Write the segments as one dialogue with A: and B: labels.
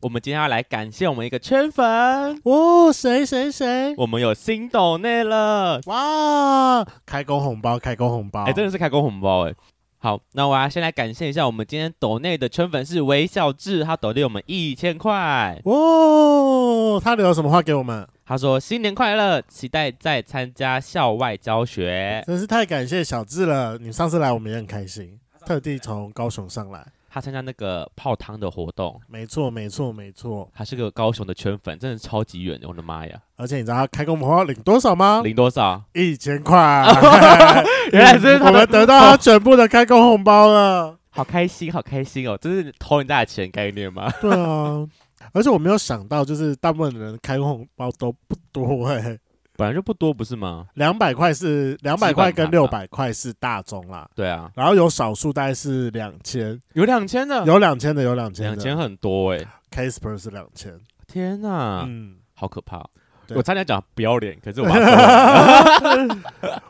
A: 我们今天要来感谢我们一个圈粉，
B: 哦，谁谁谁？
A: 我们有新抖内了，
B: 哇！开工红包，开工红包！
A: 哎、真的是开工红包哎。好，那我要先来感谢一下我们今天抖内的圈粉是韦小智，他抖内我们一千块，
B: 哦，他留了什么话给我们？
A: 他说新年快乐，期待再参加校外教学。
B: 真是太感谢小智了，你上次来我们也很开心，特地从高雄上来。
A: 他参加那个泡汤的活动，
B: 没错，没错，没错。
A: 他是个高雄的圈粉，真的超级远，我的妈呀，
B: 而且你知道他开工红包领多少吗？
A: 领多少？
B: 一千块。
A: 啊 原来是他
B: 我
A: 的
B: 们 得到他全部的开工红包了。
A: 好开心，好开心哦！这是偷人家的钱概念吗？
B: 对啊，而且我没有想到，就是大部分人开工红包都不多哎、
A: 本来就不多，不是吗？
B: 两百块是两百块跟
A: 基
B: 六
A: 本盘
B: 百块是大宗啦，
A: 对啊，
B: 然后有少数大概是两千，
A: 有两千的，
B: 有两千的有两千
A: 两
B: 的
A: 千很多哎、
B: ，Casper 是两千，
A: 天哪、
B: 嗯。
A: 好可怕哦！
B: 对
A: 我差点讲不要脸，可是我把它说完了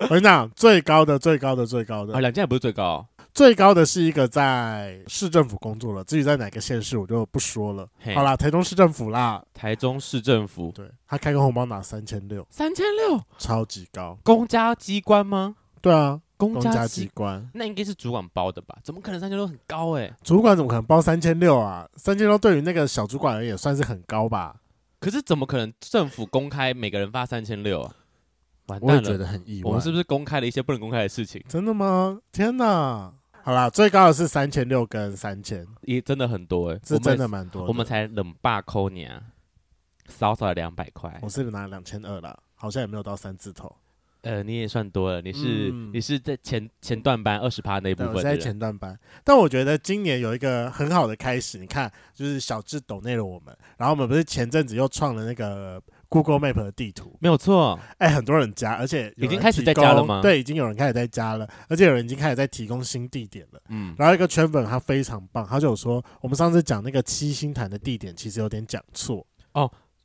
B: 我跟你讲，最高的、最高的、最高
A: 啊，
B: 的、
A: 两千也不是最高，
B: 最高的是一个在市政府工作了，至于在哪个县市我就不说了。
A: 嘿
B: 好啦，台中市政府啦，
A: 台中市政府
B: 对他开个红包拿三千六，
A: 三千六，
B: 超级高。
A: 公家机关吗？
B: 对啊，
A: 公
B: 公
A: 家
B: 家
A: 机
B: 机关
A: 那应该是主管包的吧？怎么可能三千六很高哎、
B: 主管怎么可能包三千六啊？三千六对于那个小主管而言也算是很高吧？
A: 可是怎么可能政府公开每个人发三千六啊？完
B: 我也
A: 蛋
B: 觉
A: 了！
B: 得很意
A: 我
B: 外
A: 们。是不是公开了一些不能公开的事情？
B: 真的吗？天哪！好啦，最高的是三千六跟三千，
A: 也真的很多哎、
B: 是真的蛮多
A: 我们，
B: 的
A: 我们才冷霸扣你啊，少少两百块
B: 我，是拿两千二啦，好像也没有到三字头。
A: 呃，你也算多了，你是、
B: 嗯
A: 你是在前前段班二十趴那一部
B: 对，
A: 分的
B: 我是在
A: 人，
B: 前段班，但我觉得今年有一个很好的开始。你看，就是小智抖内了我们，然后我们不是前阵子又创了那个 Google Map 的地图，
A: 没有错，
B: 哎，很多人加，而且有人
A: 已经开始
B: 提
A: 在加了
B: 供
A: 吗
B: 对，已经有人开始在加了，而且有人已经开始在提供新地点了。
A: 嗯，
B: 然后一个圈粉他非常棒，他就有说，我们上次讲那个七星潭的地点其实有点讲错，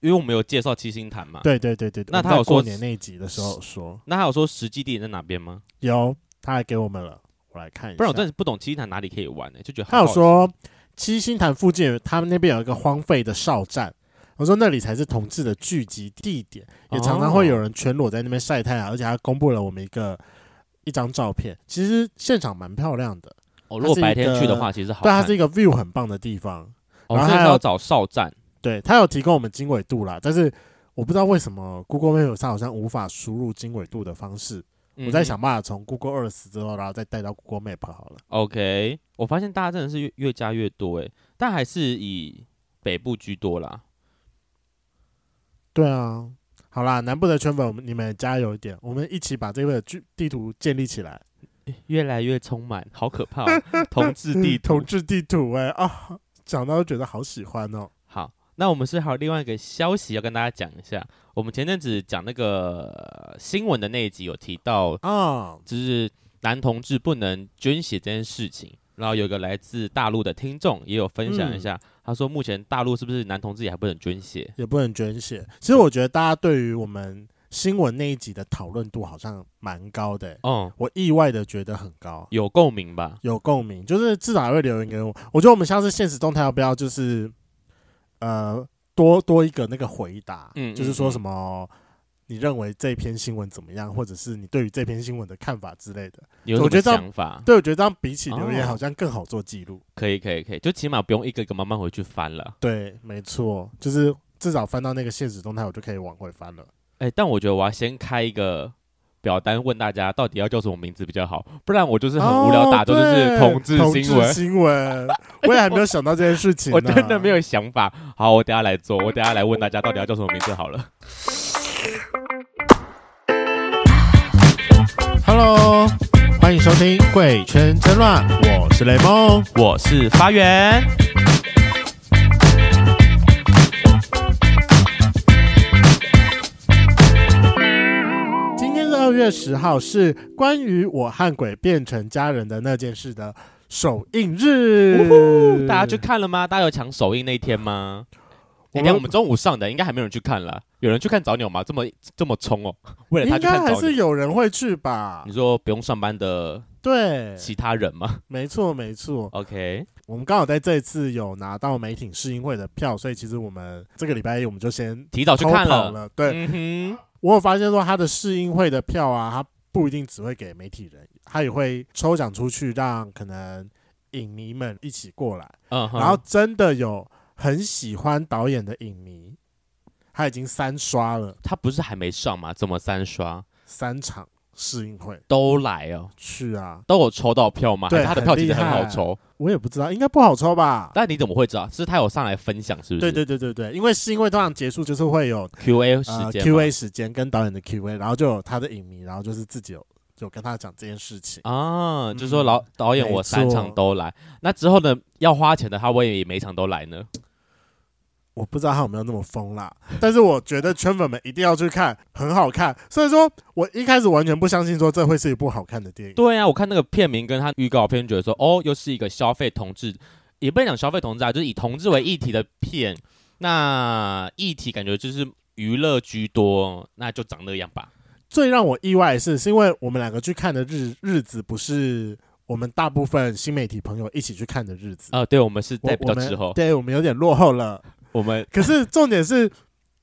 A: 因为我们有介绍七星潭嘛，
B: 对对对对，
A: 啊那
B: 我们
A: 他
B: 在
A: 有说
B: 过年那一集的时候有说
A: 那还有说实际地点在哪边吗？
B: 有，他还给我们了，我来看一下。
A: 不然我真的不懂七星潭哪里可以玩呢、欸就觉得
B: 他有
A: 好好奇
B: 说七星潭附近有他们那边有一个荒废的哨站，我说那里才是同志的聚集地点，也常常会有人全裸在那边晒太
A: 哦
B: 阳，而且他公布了我们一个一张照片，其实现场蛮漂亮的，
A: 哦，如果白天去的话，其实好
B: 对，它
A: 看。
B: 是一个 view 很棒的地方，
A: 哦，
B: 然后
A: 所以
B: 还
A: 是
B: 有
A: 要找哨站，
B: 对，它有提供我们经纬度啦，但是。我不知道为什么 Google Map 上好像无法输入经纬度的方式，
A: 嗯
B: 我在想办法从 Google Earth 之后，然后再带到 Google Map 好了。
A: ，OK，我发现大家真的是越越加越多哎，但还是以北部居多啦。
B: 对啊，好啦，南部的圈粉，我们你们也加油一点，我们一起把这个地地图建立起来。
A: 越来越充满，好可怕、 哦！同志地图
B: 同。志地图、哎啊，讲到就觉得好喜欢哦。
A: 好，那我们是还有另外一个消息要跟大家讲一下。我们前阵子讲那个呃新闻的那一集有提到，
B: 啊，
A: 就是男同志不能捐血这件事情。然后有一个来自大陆的听众也有分享一下，
B: 嗯
A: 他说目前大陆是不是男同志也还不能捐血？
B: 也不能捐血。其实我觉得大家对于我们新闻那一集的讨论度好像蛮高的、哎
A: 哦、
B: 我意外的觉得很高，
A: 有共鸣吧？
B: 有共鸣，就是至少还会留言给我。我觉得我们下次现实动态要不要就是，呃，多多一个那个回答，
A: 嗯
B: 就是说
A: 嗯
B: 什么。你认为这篇新闻怎么样，或者是你对于这篇新闻的看法之类的？
A: 有什
B: 我觉
A: 么
B: 得这样
A: 想法？
B: 对，我觉得这样比起留言
A: 哦
B: 好像更好做记录。
A: 可以，可以，可以，就起码不用一个一个慢慢回去翻了。
B: 对，没错，就是至少翻到那个现实动态，我就可以往回翻了。
A: 哎，但我觉得我要先开一个表单问大家，到底要叫什么名字比较好，不然我就是很无聊，打都就是
B: 哦
A: 同志
B: 对
A: 新闻
B: 同志。新闻我也还没有想到这件事情呢，
A: 我真的没有想法。好，我等下来做，我等下来问大家到底要叫什么名字好了。
B: Hello，欢迎收听《贵圈争乱》，我是雷梦。
A: 我是发源，
B: 今天的二月十号是关于我和鬼变成家人的那件事的首映日，
A: 大家去看了吗？大家有抢首映那一天吗？哎
B: 我
A: 那
B: 们
A: 天我们中午上的，应该还没有人去看了。有人去看早鸟吗？这么这么冲哦，为了他
B: 应
A: 去
B: 该
A: 看
B: 还
A: 早
B: 是
A: 鸟。
B: 有人会去吧
A: 你？说不用上班的
B: 对，
A: 其他人吗
B: 没错没错。
A: ？OK，
B: 我们刚好在这一次有拿到美挺试映会的票，所以其实我们这个礼拜一我们就先
A: 提早去看
B: 偷跑
A: 了。
B: 了。对，
A: 嗯哼，
B: 我有发现说他的试映会的票啊，他不一定只会给媒体人，他也会抽奖出去，让可能影迷们一起过来。
A: 嗯哼，
B: 然后真的有很喜欢导演的影迷，他已经三刷了
A: 他不是还没上吗？怎么三刷
B: 三场试映会
A: 都来哦？
B: 去啊，
A: 都有抽到票吗？
B: 对
A: 还是他的票其实很
B: 很厉害
A: 好抽，
B: 我也不知道，应该不好抽吧？
A: 但你怎么会知道？是他有上来分享，是不
B: 对
A: 是？
B: 对对对对，因为试映会通常结束就是会有
A: Q A 时
B: 呃
A: 间、
B: Q&A 时间跟导演的 Q&A，然后就有他的影迷，然后就是自己有有跟他讲这件事情。
A: 啊，
B: 嗯
A: 就说老导演
B: 没
A: 我三场
B: 错
A: 都来，那之后呢要花钱的他会每场都来呢？
B: 我不知道他有没有那么疯啦，但是我觉得圈粉们一定要去看，很好看。所以说我一开始完全不相信说这会是一部好看的电影，
A: 对啊，我看那个片名跟他预告片，觉得说哦，又是一个消费同志，也不能讲消费同志啊，就是以同志为议题的片。那议题感觉就是娱乐居多，那就长那样吧。
B: 最让我意外的是，是因为我们两个去看的日日子不是我们大部分新媒体朋友一起去看的日子，
A: 啊、对，我们是
B: 我
A: 在比较之
B: 我们
A: 后，
B: 对我们有点落后了。
A: 我们
B: 可是重点是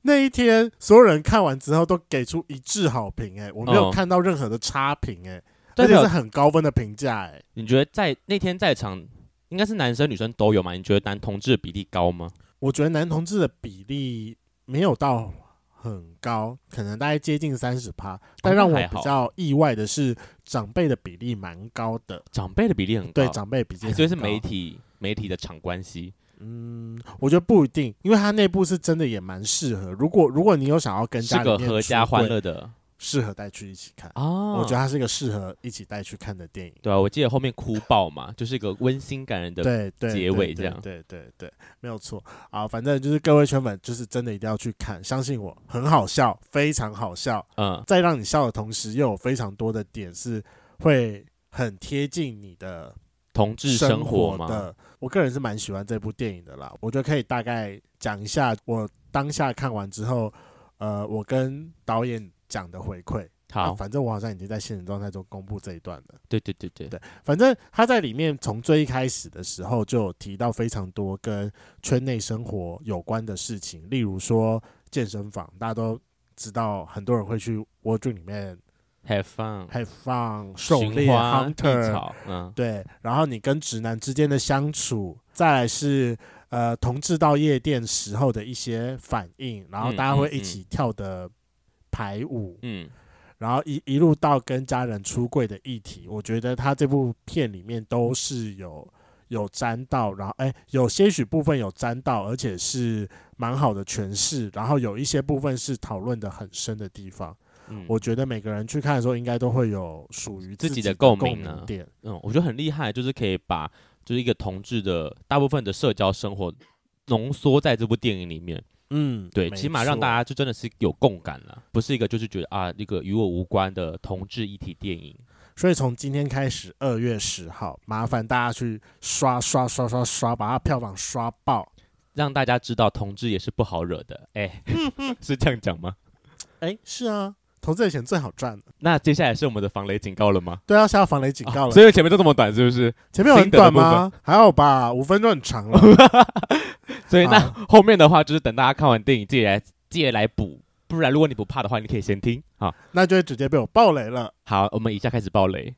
B: 那一天所有人看完之后都给出一致好评，哎，我没
A: 嗯
B: 有看到任何的差评，哎，
A: 代
B: 而且
A: 表
B: 是很高分的评价，哎，
A: 你觉得在那天在场应该是男生女生都有嘛？你觉得男同志的比例高吗？
B: 我觉得男同志的比例没有到很高，可能大概接近三十趴，但让我
A: 哦那还好
B: 比较意外的是长辈的比例蛮高的，
A: 长辈的比例很高，
B: 对，长辈比例
A: 还所以是
B: 很高
A: 媒体媒体的场关系。
B: 嗯，我觉得不一定，因为它内部是真的也蛮适合。如果如果你有想要跟
A: 是
B: 家里
A: 个
B: 面哦
A: 合家
B: 出
A: 欢
B: 柜，
A: 乐的
B: 适合带去一起看。
A: 啊，
B: 我
A: 我
B: 觉得它是一个适合一起带去看的电影。
A: 对啊，我记得后面哭爆嘛，就是一个温馨感人的。
B: 对对，
A: 结
B: 对
A: 尾
B: 对
A: 这样
B: 对对对没有错啊。反正就是各位圈粉，就是真的一定要去看，相信我，很好笑，非常好笑。
A: 嗯，
B: 在让你笑的同时，又有非常多的点是会很贴近你的
A: 同志
B: 生
A: 活
B: 活
A: 嘛，
B: 的。我个人是蛮喜欢这部电影的啦，我觉得可以大概讲一下我当下看完之后，呃，我跟导演讲的回馈。啊
A: 好，
B: 反正我好像已经在现实状态中公布这一段了。
A: 对对对对，
B: 反正他在里面从最一开始的时候就有提到非常多跟圈内生活有关的事情，例如说健身房，大家都知道很多人会去 w o r d r o 里面
A: 还放
B: 还放狩猎
A: 寻花异
B: hunter，
A: 草，嗯，
B: 对，然后你跟直男之间的相处，再来是呃同志到夜店时候的一些反应，然后
A: 嗯
B: 大家会
A: 嗯
B: 一起跳的排舞，
A: 嗯，
B: 然后一一路到跟家人出柜的议题，我觉得他这部片里面都是有有沾到，然后哎，有些许部分有沾到，而且是蛮好的诠释，然后有一些部分是讨论的很深的地方。
A: 嗯
B: 我觉得每个人去看的时候，应该都会有属于
A: 自己
B: 己
A: 的
B: 的
A: 共
B: 鸣
A: 鸣啊
B: 点。
A: 嗯，我觉得很厉害，就是可以把就是一个同志的大部分的社交生活浓缩在这部电影里面，
B: 嗯，
A: 对，
B: 没
A: 起码让
B: 错
A: 大家就真的是有共感了，不是一个就是觉得啊那个与我无关的同志一体电影。
B: 所以从今天开始，二月十号，麻烦大家去刷刷刷刷刷，把它票房刷爆。
A: 让大家知道同志也是不好惹的， 哎、 是这样讲吗？
B: 哎，是啊，投资的钱最好赚了。
A: 那接下来是我们的防雷警告了吗？
B: 对啊，下防雷警告
A: 啊
B: 了。
A: 所以前面都这么短，是不是？
B: 前面有很
A: 心得的
B: 短
A: 部分
B: 吗？还好吧，五分钟很 长了。
A: 所以那
B: 好
A: 后面的话就是等大家看完电影自己来自己来补，不然如果你不怕的话，你可以先听。好，
B: 那就会直接被我爆雷了。
A: 好，我们以下开始爆雷，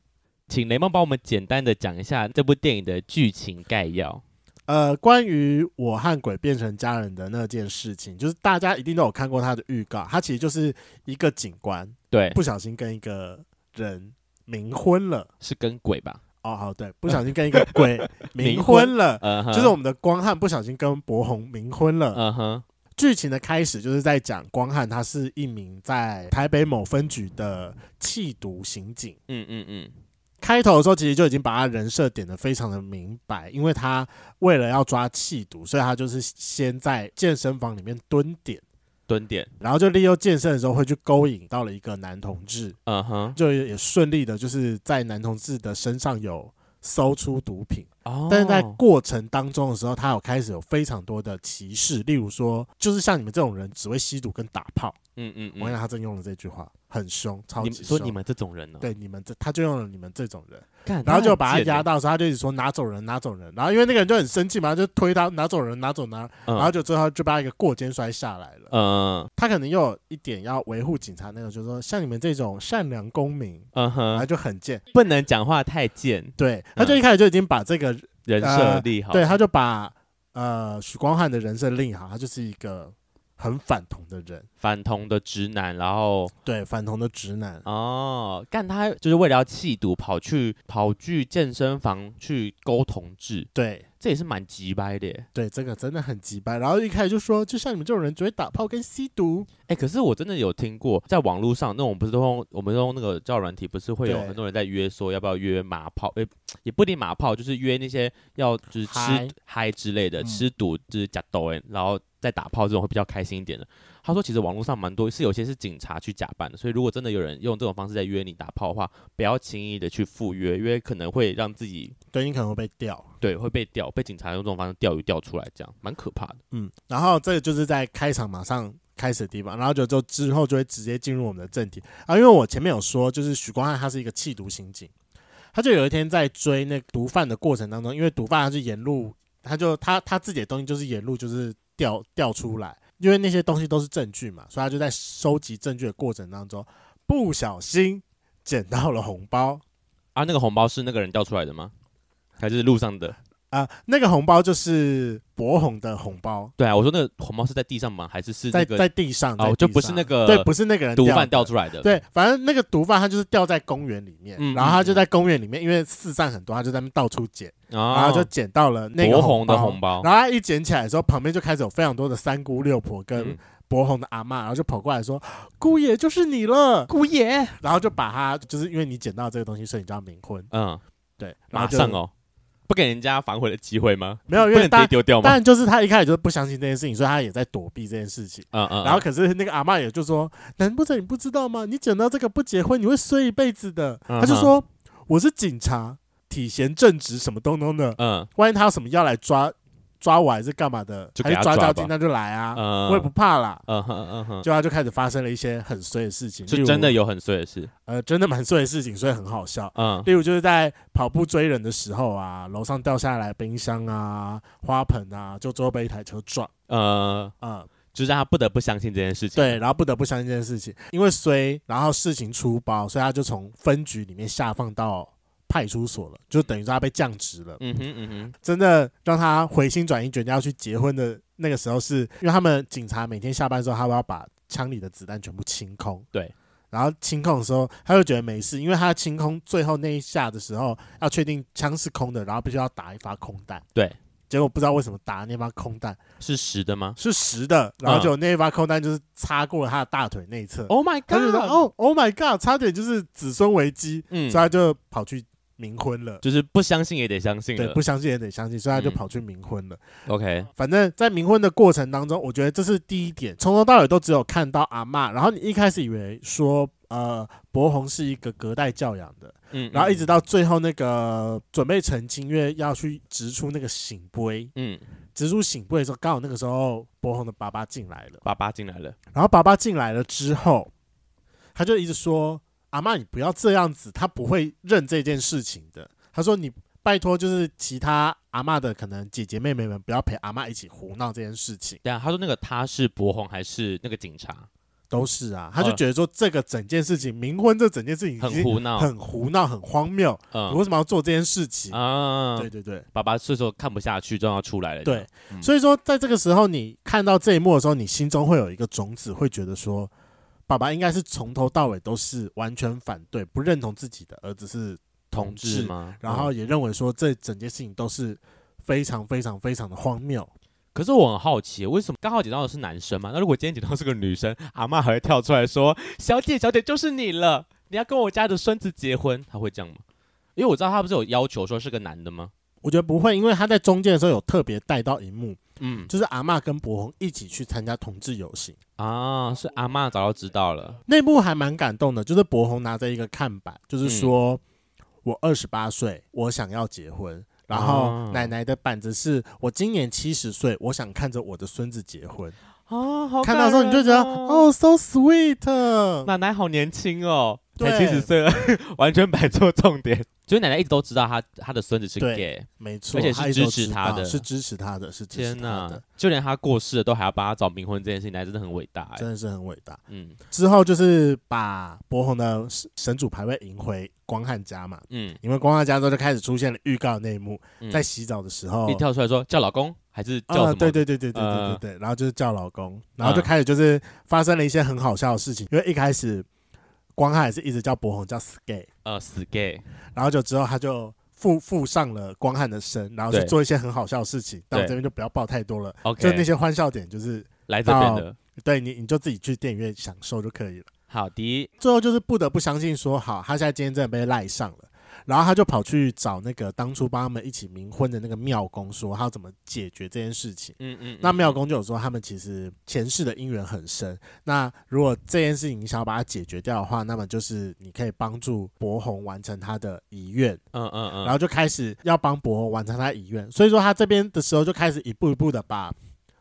A: 请雷梦帮我们简单的讲一下这部电影的剧情概要。
B: 呃，关于我和鬼变成家人的那件事情，就是大家一定都有看过他的预告，他其实就是一个警官
A: 对，
B: 不小心跟一个人冥婚了。
A: 是跟鬼吧？
B: 哦，好，对，不小心跟一个 鬼冥
A: 冥
B: 婚了。
A: 嗯哼，
B: 就是我，们的光汉不小心跟博宏冥婚了。
A: 嗯哼，
B: 剧情的开始就是在讲光汉，他是一名在台北某分局的弃毒刑警。
A: 嗯嗯嗯，
B: 开头的时候，其实就已经把他人设点的非常的明白，因为他为了要抓气毒，所以他就是先在健身房里面蹲点，
A: 蹲点，
B: 然后就利用健身的时候会去勾引到了一个男同志，
A: 嗯哼，
B: 就也顺利的就是在男同志的身上有搜出毒品，
A: 哦，
B: 但是在过程当中的时候，他有开始有非常多的歧视，例如说，就是像你们这种人只会吸毒跟打炮，
A: 嗯嗯
B: 我跟你
A: 嗯，
B: 讲，他真用了这句话，很凶，超
A: 你
B: 级
A: 们
B: 凶。
A: 说你们这种人呢、哦
B: 对你们这，他就用了你们这种人，
A: 干，
B: 然后就把他
A: 很贱欸
B: 压，到的时候，他就一直说拿走人，拿走人。然后因为那个人就很生气嘛，就推他拿走人，拿走拿，
A: 嗯
B: 然后就最后就被他一个过肩摔下来了。
A: 嗯
B: 他可能又有一点要维护警察那种，就是说像你们这种善良公民，
A: 嗯
B: 然后
A: 哼，
B: 就很贱。
A: 不能讲话太贱，
B: 对，他就一开始就已经把这个，
A: 人设立好，
B: 呃对，他就把呃许光汉的人设立好，他就是一个很反同的人，
A: 反同的直男，然后
B: 对，反同的直男。
A: 哦，干他就是为了要弃毒，跑去跑去健身房去勾同志，
B: 对
A: 这也是蛮急掰的耶。
B: 对，这个真的很鸡掰。然后一开始就说，就像你们这种人只会打炮跟吸毒，
A: 哎、可是我真的有听过，在网络上那种不是都用我们用那个叫软体，不是会有
B: 对
A: 很多人在约说要不要约马炮，诶、也不一定马炮，就是约那些要就是
B: 嗨
A: 吃嗨之类的，
B: 嗯
A: 吃毒就是假抖哎，然后再打炮这种会比较开心一点的。他说其实网络上蛮多是有些是警察去假扮的，所以如果真的有人用这种方式在约你打炮的话，不要轻易的去赴约，因为可能会让自己
B: 对你可能会被吊。
A: 对会被钓，被警察用这种方式钓鱼钓出来，这样蛮可怕的。
B: 嗯，然后这个就是在开场马上开始的地方，然后就就之后就会直接进入我们的正题啊，因为我前面有说，就是许光汉他是一个弃毒刑警，他就有一天在追那个毒贩的过程当中，因为毒贩他是沿路，他就他他自己的东西就是沿路就是掉掉出来，因为那些东西都是证据嘛，所以他就在收集证据的过程当中不小心捡到了红包
A: 啊，那个红包是那个人钓出来的吗？还是路上的？
B: 啊、那个红包就是博红的红包。
A: 对啊，我说那个红包是在地上吗？还是是
B: 在
A: 那个
B: 在地上
A: 哦
B: 在地
A: 就不是
B: 上
A: 那个
B: 对，不是那个人
A: 毒
B: 掉
A: 贩
B: 的
A: 掉出来的？，
B: 对，反正那个毒贩他就是掉在公园里面，
A: 嗯
B: 然后他
A: 嗯
B: 就
A: 嗯
B: 在公园里面，因为四散很多，他就在那边到处捡，
A: 然
B: 然后就捡到了那个
A: 哦嗯博红的红包，
B: 包。然后他一捡起来的时候，旁边就开始有非常多的三姑六婆跟
A: 嗯
B: 博红的阿嬷，然后就跑过来说：“姑爷就是你了。
A: 姑爷，”
B: 然后就把他，就是因为你捡到这个东西，所以你就要冥婚。
A: 嗯，
B: 对，然
A: 马
B: 后就
A: 上哦，不给人家反悔的机会吗？
B: 没有，
A: 不
B: 因
A: 能
B: 为
A: 直接
B: 但
A: 丢掉吗？
B: 但就是他一开始就不相信这件事情，所以他也在躲避这件事情。
A: 嗯嗯，
B: 然后可是那个阿嬷也就说：“难不成你不知道吗？你捡到这个不结婚，你会睡一辈子的。”
A: 嗯哼
B: 他就说：“我是警察，体贤正直，什么东东的。
A: 嗯
B: 万一他有什么要来抓抓我，还是干嘛的，
A: 就
B: 还
A: 给他
B: 是抓
A: 抓吧
B: 交警，那就来啊，
A: 嗯，
B: 我也不怕啦。
A: 嗯哼嗯哼，
B: 就他就开始发生了一些很衰的事情，例
A: 就
B: 如
A: 真的有很碎的事，
B: 呃，真的蛮衰的事情，所以很好笑。
A: 嗯
B: 例如就是在跑步追人的时候啊，楼上掉下来冰箱啊、花盆啊，就最后被一台车撞
A: 呃，
B: 啊、
A: 就是让他不得不相信这件事情。
B: 对，然后不得不相信这件事情，因为衰，然后事情出包，所以他就从分局里面下放到派出所了，就等于说他被降职了。
A: 嗯哼嗯哼，
B: 真的让他回心转意，决定要去结婚的那个时候是，因为他们警察每天下班的时候，他们要把枪里的子弹全部清空。
A: 对。
B: 然后清空的时候，他就觉得没事，因为他清空最后那一下的时候，要确定枪是空的，然后必须要打一发空弹。
A: 对，
B: 结果不知道为什么打那发空弹
A: 是实的吗
B: 是实的，然
A: 嗯
B: 后就那一发空弹就是擦过了他的大腿内侧。
A: ？Oh my
B: 他就觉得
A: god！
B: 哦，Oh my God，差点就是子孙危机，
A: 嗯
B: 所以，他就跑去冥婚了。
A: 就是不相信也得相信
B: 对，
A: 了
B: 不。相信也得相信，所以他就
A: 嗯
B: 跑去冥婚了。
A: OK，
B: 反正，在冥婚的过程当中，我觉得这是第一点，从头到尾都只有看到阿嬷，然后你一开始以为说，呃，博红是一个隔代教养的，
A: 嗯，
B: 然后一直到最后那个准备成亲，因为要去植出那个醒杯，
A: 嗯，
B: 植出醒杯的时候，刚好那个时候博红的爸爸进来了，
A: 爸爸进来了，
B: 然后爸爸进来了之后，他就一直说：“阿嬷，你不要这样子，他不会认这件事情的。”他说：“你拜托，就是其他阿嬷的可能姐姐妹妹们，不要陪阿嬷一起胡闹这件事情，
A: 对啊，他说那个他是博红还是那个警察，
B: 都是啊。”他就觉得说，这个整件事情，冥婚这整件事情已
A: 嗯很
B: 经
A: 胡闹，
B: 很胡闹、很荒谬，你
A: 嗯
B: 为什么要做这件事情？
A: 啊，
B: 对对对
A: 爸爸这时候看不下去，就要出来了。
B: 对，
A: 嗯
B: 所以说在这个时候，你看到这一幕的时候，你心中会有一个种子，会觉得说，爸爸应该是从头到尾都是完全反对、不认同自己的儿子是
A: 同志
B: 志，
A: 吗？
B: 然后
A: 嗯，
B: 也认为说这整件事情都是非常非常非常的荒谬。
A: 可是我很好奇，为什么刚好捡到的是男生嘛？那如果今天捡到是个女生，阿嬷还会跳出来说：“小姐，小姐，就是你了，你要跟我家的孙子结婚。”他会这样吗？因为我知道他不是有要求说是个男的吗？
B: 我觉得不会，因为他在中间的时候有特别带到一幕，
A: 嗯
B: 就是阿嬷跟博宏一起去参加同志游行，
A: 啊，是阿嬷早就知道了。
B: 那幕还蛮感动的。就是博宏拿着一个看板，
A: 嗯
B: 就是说、我二十八岁，我想要结婚。然后
A: 啊
B: 奶奶的板子是我今年七十岁，我想看着我的孙子结婚。
A: 啊，好
B: 看到的时候你就觉得
A: 感人
B: 哦，so sweet。
A: 奶奶好年轻哦，
B: 对
A: 才七十岁了， 完全摆错重点。 就是奶奶一直都知道她她的孙子是
B: 对
A: gay，
B: 没错，
A: 而且是
B: 他一直
A: 支
B: 都
A: 持
B: 知
A: 他
B: 道
A: 的
B: 是支持他的，是支持
A: 天
B: 他的，
A: 就连她过世了都还要帮她找冥婚这件事情，奶奶真的很伟大哎、
B: 真的是很伟大。
A: 嗯
B: 之后就是把博宏的神主牌位迎回光汉家嘛，
A: 嗯
B: 因为光汉家之后就开始出现了预告内幕，
A: 嗯，
B: 在洗澡的时候
A: 一，跳出来说叫老公还是叫什么？
B: 哦啊，对对对对对对
A: 呃
B: 对对，然后就是叫老公，然后就
A: 嗯
B: 开始就是发生了一些很好笑的事情，因为一开始光汉也是一直叫博宏叫 Sky，
A: 呃，死 gay，
B: 然后就之后他就。附附上了光汉的身，然后去
A: 对
B: 做一些很好笑的事情，但我
A: 对
B: 这边就不要爆太多了。
A: OK
B: 就那些哦欢笑点，就是
A: 来这边的。
B: 对你你就自己去电影院享受就可以了。
A: 好的，
B: 最后就是不得不相信说，好，他现在今天真的被赖上了，然后他就跑去找那个当初帮他们一起冥婚的那个庙公，说他要怎么解决这件事情。
A: 嗯嗯，
B: 那庙
A: 公
B: 公就有说，他们其实前世的因缘很深。那如果这件事情你想要把它解决掉的话，那么就是你可以帮助博宏完成他的遗愿，
A: 嗯嗯嗯，
B: 然后就开始要帮博宏完成他的遗愿。所以说他这边的时候就开始一步一步的把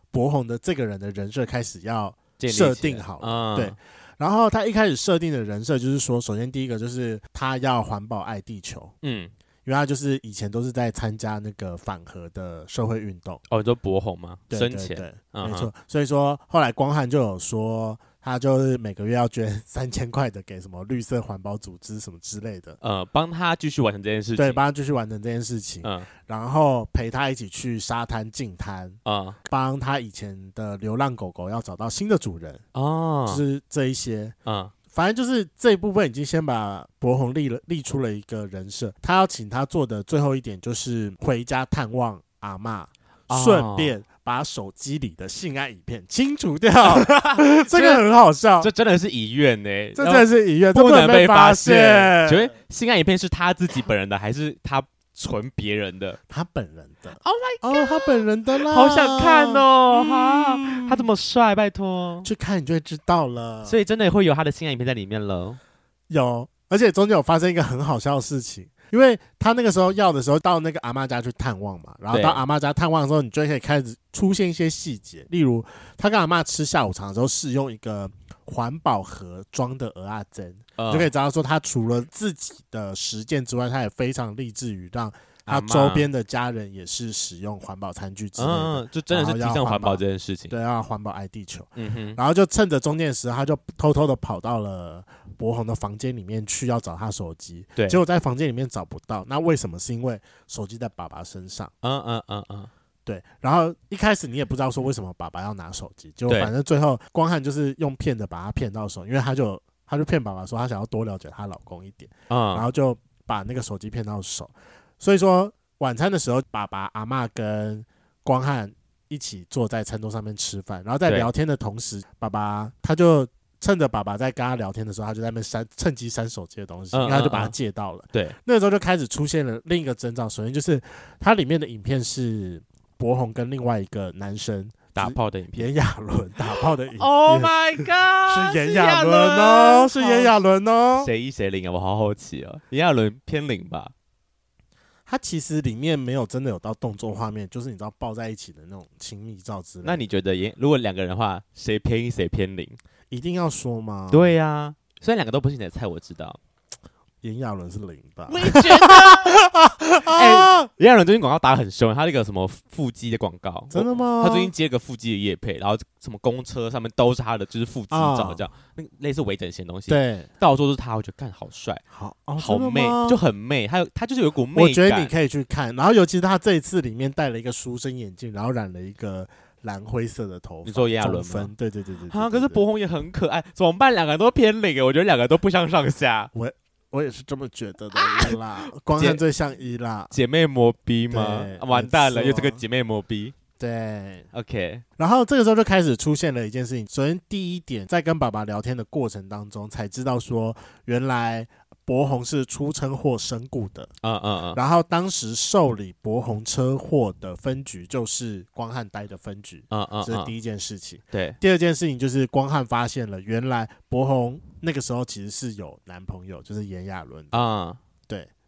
B: 博宏的这个人的人设开始要
A: 建立
B: 设
A: 起来
B: 定好
A: 嗯，
B: 对，然后他一开始设定的人设就是说，首先第一个就是他要环保爱地球，
A: 嗯，
B: 因为他就是以前都是在参加那个反核的社会运动，
A: 哦，你说博红吗？
B: 对
A: 生
B: 对
A: 前，
B: 对，
A: 嗯哼
B: 没错。所以说后来光汉就有说，他就是每个月要捐 三千块的给什么绿色环保组织什么之类的，
A: 呃，帮他继续完成这件事情。
B: 对，帮他继续完成这件事情，
A: 嗯
B: 然后陪他一起去沙滩净滩，
A: 啊
B: 帮他以前的流浪狗狗要找到新的主人，
A: 哦，
B: 就是这一些。
A: 嗯
B: 反正就是这一部分已经先把博宏立了立出了一个人设，他要请他做的最后一点就是回家探望阿嬷，
A: 哦
B: 顺便把手机里的性爱影片清除 掉，这个很好笑，
A: 这
B: 这
A: 真的是遗愿呢，
B: 真的是遗愿，这
A: 不
B: 能
A: 能被
B: 发
A: 现。请问性爱影片是他自己本人的，还是他存别人的？
B: 他本人的
A: Oh
B: my god，哦，他本人的啦，
A: 好想看，
B: 嗯
A: 哦！哈，他这么帅，拜托。
B: 去看你就会知道了。
A: 所以真的会有他的性爱影片在里面了。
B: 有，而且中间有发生一个很好笑的事情，因为他那个时候要的时候到那个阿嬷家去探望嘛，然后
A: 对
B: 到阿嬷家探望的时候，你就可以开始出现一些细节，例如他跟阿嬷吃下午茶的时候是用一个环保盒装的鹅啊针，
A: 呃
B: 你就可以知道说他除了自己的实践之外，他也非常立志于让他
A: 阿嬷
B: 周边的家人也是使用环保餐具之类的，
A: 嗯，就真的是提倡环保这件事情。
B: 对，啊要环保爱地球。
A: 嗯哼，
B: 然后就趁着中间的时候，他就偷偷的跑到了博宏的房间里面去，要找他手机。
A: 对
B: 结果在房间里面找不到。那为什么？是因为手机在爸爸身上。
A: 嗯嗯嗯嗯，
B: 对，然后一开始你也不知道说为什么爸爸要拿手机，结果
A: 对
B: 反正最后光汉就是用骗的把他骗到手，因为他就他就骗爸爸说他想要多了解她老公一点，然
A: 嗯
B: 后就把那个手机骗到手。所以说晚餐的时候，爸爸、阿嬷跟光汉一起坐在餐桌上面吃饭，然后在
A: 对
B: 聊天的同时，爸爸他就趁着爸爸在跟他聊天的时候，他就在那边删趁机删手机的东西，
A: 嗯
B: 然后他就把
A: 嗯
B: 它
A: 嗯
B: 借到了。
A: 对，
B: 那个时候就开始出现了另一个征兆，首先就是它里面的影片是博宏跟另外一个男生
A: 打炮的影片。
B: 炎亚 纶打炮的影片。
A: Oh my god！
B: 是炎亚纶哦，是炎亚纶哦。
A: 谁一谁零啊？我好好奇哦，炎亚纶偏零吧？
B: 它其实里面没有真的有到动作画面，就是你知道抱在一起的那种亲密照之类的。
A: 那你觉得炎如果两个人的话，谁偏一谁偏零？
B: 一定要说吗？，
A: 对呀、虽然两个都不是你的菜，我知道。
B: 炎亚纶是零吧？
A: 也觉 得。
B: 啊，
A: 炎哎亚纶最近广告打得很凶，他那个什么腹肌的广告，
B: 真的吗？
A: 我？他最近接了个腹肌的夜配，然后什么公车上面都是他的，就是腹肌照
B: 啊
A: 这样，那个类似微整形的东西。，
B: 对
A: 到处都是他，我觉得干好帅，
B: 好哦，
A: 好
B: 真的
A: 媚
B: 吗，
A: 就很媚，还有他就是有一股媚感。
B: 我觉得你可以去看，然后尤其是他这一次里面戴了一个书生眼镜，然后染了一个蓝灰色的头发，
A: 你说炎亚纶
B: 中
A: 吗
B: 分，？对对对对对
A: 啊，可是
B: 对对
A: 博红也很可爱，怎么办？两个人都偏零，我觉得两个都不相上 下。
B: 我也是这么觉得的
A: 啊
B: 伊 啦，光汉最像伊啦，
A: 姐妹磨逼吗
B: 对？
A: 啊完蛋了，
B: 没错
A: 又这个姐妹磨逼。
B: 对。
A: OK，
B: 然后这个时候就开始出现了一件事情，首先第一点，在跟爸爸聊天的过程当中，才知道说原来博宏是出车祸身故的，
A: 嗯嗯嗯，
B: 然后当时受理博宏车祸的分局就是光汉呆的分局，
A: 嗯嗯，
B: 这是
A: 一
B: 第一件事情。
A: 对，
B: 第二件事情就是光汉发现了，原来博宏那个时候其实是有男朋友，就是炎亚纶
A: 啊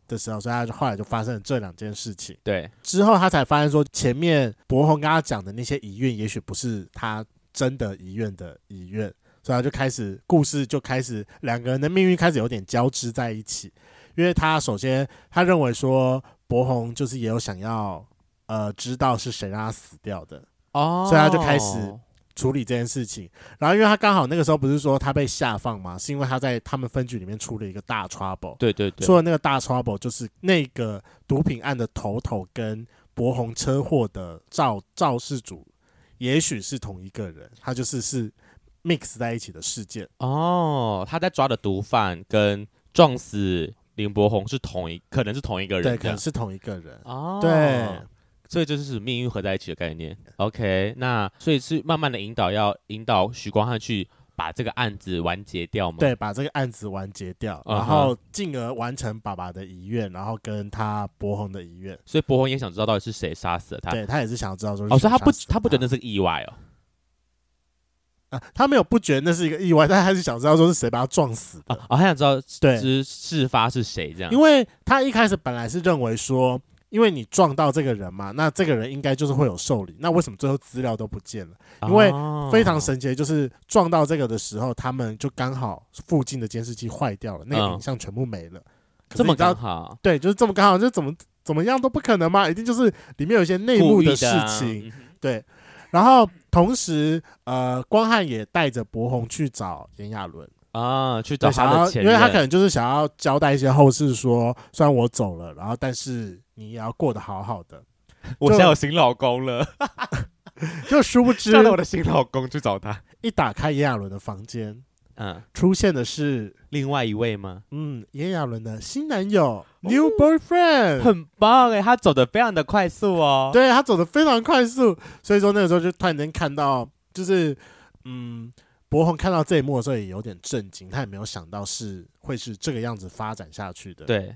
B: 的时候，所以他就后来就发生了这两件事情。
A: 对，
B: 之后他才发现说，前面博宏跟他讲的那些遗愿，也许不是他真的遗愿的遗愿，所以他就开始故事就开始两个人的命运开始有点交织在一起，因为他首先他认为说博宏就是也有想要呃知道是谁让他死掉的，
A: 哦，
B: 所以他就开始处理这件事情。然后因为他刚好那个时候不是说他被下放嘛，是因为他在他们分局里面出了一个大 trouble。
A: 对对对，
B: 说的那个大 trouble 就是那个毒品案的头头跟博宏车祸的肇肇事主，也许是同一个人，他就是是 mix 在一起的事件。
A: 哦，他在抓的毒贩跟撞死林柏宏是同一，可能是同一个人，
B: 对，
A: 这
B: 可
A: 样
B: 能是同一个人。
A: 哦，
B: 对，
A: 所以这就是命运合在一起的概念。OK，那所以是慢慢的引导，要引导许光汉去把这个案子完结掉吗？，
B: 对，把这个案子完结掉，
A: 嗯哼
B: 然后进而完成爸爸的遗愿，然后跟他博宏的遗愿。
A: 所以柏宏也想知道到底是谁杀死了他。
B: 对他也是想要知道说是
A: 啊哦，所以他
B: 谁
A: 不
B: 杀死
A: 他不觉得
B: 他
A: 那是个意外哦。
B: 啊，他没有不觉得那是一个意外，但他还是想知道说是谁把他撞死的。
A: 啊，哦，他想知道
B: 对，
A: 是事发是谁这样。
B: 因为他一开始本来是认为说，因为你撞到这个人嘛，那这个人应该就是会有受理，那为什么最后资料都不见了？因为
A: 哦
B: 非常神奇，的就是撞到这个的时候，他们就刚好附近的监视器坏掉了，那
A: 嗯
B: 个影像全部没了。可是
A: 这么
B: 你知道
A: 刚好
B: 对，就是这么刚好，就怎么怎么样都不可能嘛，一定就是里面有一些内幕
A: 故意的
B: 事
A: 啊
B: 情。
A: 嗯哼
B: 对，然后同时，呃，光汉也带着博宏去找炎亚纶。
A: 啊，去找
B: 对，
A: 他
B: 想要，
A: 的前
B: 因为他
A: 任
B: 可能就是想要交代一些后事说虽然我走了，然后但是你也要过得好好的。
A: 我
B: 就
A: 现在有新老公了，
B: 就殊不知
A: 叫，了我的新老公去找他。
B: 一打开炎亚纶的房间，
A: 嗯，
B: 出现的是
A: 另外一位吗？
B: 嗯炎亚纶的新男
A: 哦
B: 友 new boyfriend，、
A: 很棒
B: 欸
A: 哎，他走的非常的快速哦。
B: 对他走的非常快速，所以说那个时候就突然间看到，就是嗯。博宏看到这一幕的时候也有点震惊，他也没有想到是会是这个样子发展下去的，，
A: 对，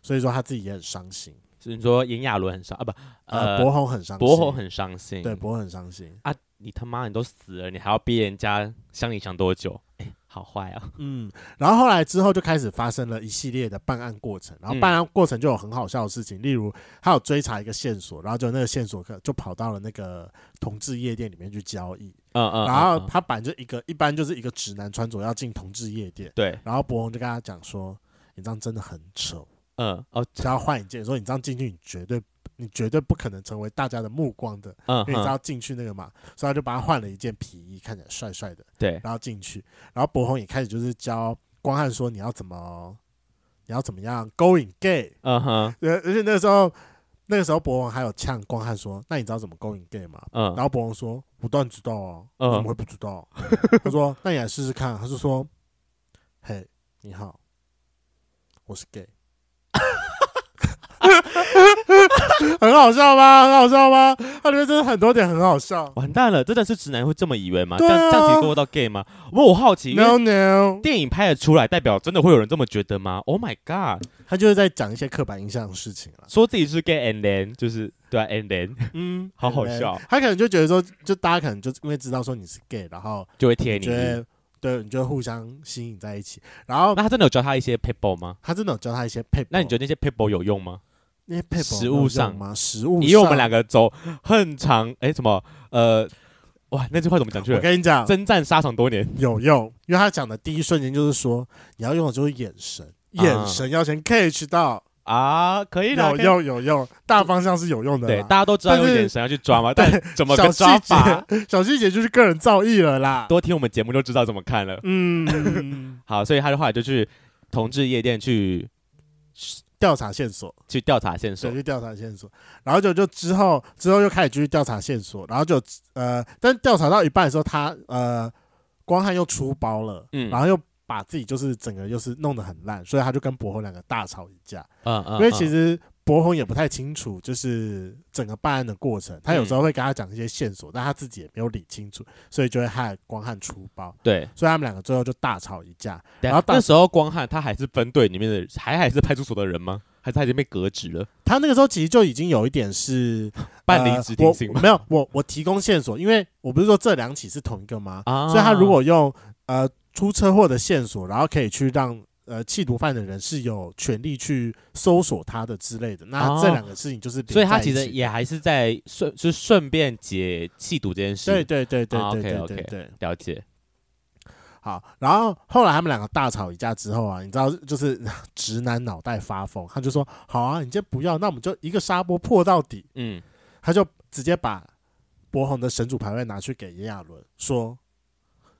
B: 所以说他自己也很伤心，
A: 所以你说炎亚纶很伤啊，不，
B: 呃，
A: 呃，
B: 博宏很伤心，
A: 博宏很伤心。
B: 对，博宏很伤心，
A: 啊，你他妈你都死了，你还要逼人家想你想多久？哎，好坏啊！
B: 嗯，然后后来之后就开始发生了一系列的办案过程，然后办案过程就有很好笑的事情，例如他有追查一个线索，然后就那个线索可就跑到了那个同志夜店里面去交易，
A: 嗯嗯，
B: 然后
A: 嗯嗯
B: 他本来就一个一般就是一个直男穿着要进同志夜店，
A: 对，
B: 然后博宏就跟他讲说，你这样真的很丑，
A: 嗯哦，
B: 只要换一件，说你这样进去你绝对你绝对不可能成为大家的目光的，
A: 嗯
B: 因为你知
A: 嗯，
B: 道进去那个嘛，所以他就把他换了一件皮衣，看起来帅帅的。
A: 对，
B: 然后进去，然后博宏也开始就是教光汉说你要怎么，你要怎么样勾引 gay，
A: 嗯哼，
B: 呃，而且那个时候那个时候博宏还有呛光汉说，那你知道怎么勾引 gay 吗？
A: 嗯
B: 然后博宏说，我当然知道啊，
A: 嗯
B: 我怎么会不知道？ 他说，那你来试试看。他就说，嘿，你好，我是 gay。很好笑吗？很好笑吗？它里面真的很多点很好笑。
A: 完蛋了，真的是直男会这么以为吗？这
B: 对啊
A: 样这样子够到 gay 吗？我我好奇，因为
B: No no，
A: 电影拍得出来，代表真的会有人这么觉得吗？Oh my god！
B: 他就是在讲一些刻板印象的事情了。
A: 说自己是 gay and then 就是对啊，and then
B: 嗯，
A: 好好笑
B: 对。他可能就觉得说，就大家可能就因为知道说你是 gay，然后
A: 就会贴
B: 你
A: 你
B: 觉。得对，你就会互相吸引在一起。然后
A: 那他真的有教他一些 people 吗？
B: 他真的有教他一些配，
A: 那你觉得那些 people 有用吗？
B: 那些配
A: 食物上
B: 吗？食物上，
A: 因为我们两个走很长，哎，什么呃，哇，那句话怎么讲去
B: 我
A: 了？
B: 跟你讲
A: 征战沙场多年，
B: 有用，因为他讲的第一瞬间就是说，你要用的就是眼神，
A: 啊
B: 眼神要先 catch 到，
A: 啊，可以啦，
B: 有
A: 可以。
B: 用有用，大方向是有用的
A: 对，
B: 啦。
A: 大家都知道
B: 但
A: 用
B: 是
A: 眼神要去抓嘛，但怎么个
B: 小
A: 抓
B: 细
A: 法？
B: 节，小细节就是个人造诣了啦。
A: 多听我们节目就知道怎么看了。
B: 嗯，
A: 好，所以他的话就去同志夜店去
B: 调查线索。
A: 去调查线索
B: 对，。去调查线索，然后就就之后之后又开始继续调查线索，然后就呃，但调查到一半的时候，他呃，光汉又出包了，
A: 嗯
B: 然后又把自己就是整个又是弄得很烂，所以他就跟博宏两个大吵一架，
A: 嗯嗯，
B: 因为其
A: 嗯
B: 实博宏也不太清楚就是整个办案的过程，他有
A: 嗯
B: 时候会跟他讲一些线索，但他自己也没有理清楚，所以就会害光汉出包，
A: 对，
B: 所以他们两个最后就大吵一架，
A: 然
B: 然后
A: 后
B: 大
A: 啊那时候光汉他还是分队里面的，还还是派出所的人吗？还是他已经被革职了，
B: 他那个时候其实就已经有一点是
A: 办离职停薪
B: 呃我
A: 吗？
B: 没有，我我提供线索，因为我不是说这两起是同一个吗？
A: 啊
B: 呃所以他如果用呃出车祸的线索，然后可以去让呃弃毒犯的人是有权利去搜索他的之类的。那这两个事情就是连在
A: 哦
B: 一起的，
A: 所以他其实也还是在顺，就顺便解气毒这件事。
B: 对对对对
A: 啊
B: 对对对
A: OK，OK
B: 对对
A: 了解。
B: 好，然后后来他们两个大吵一架之后啊，你知道，就是直男脑袋发疯，他就说：“好啊，你先不要，那我们就一个沙波破到底。
A: 嗯，”
B: 他就直接把博红的神主牌位拿去给炎亚纶，说：“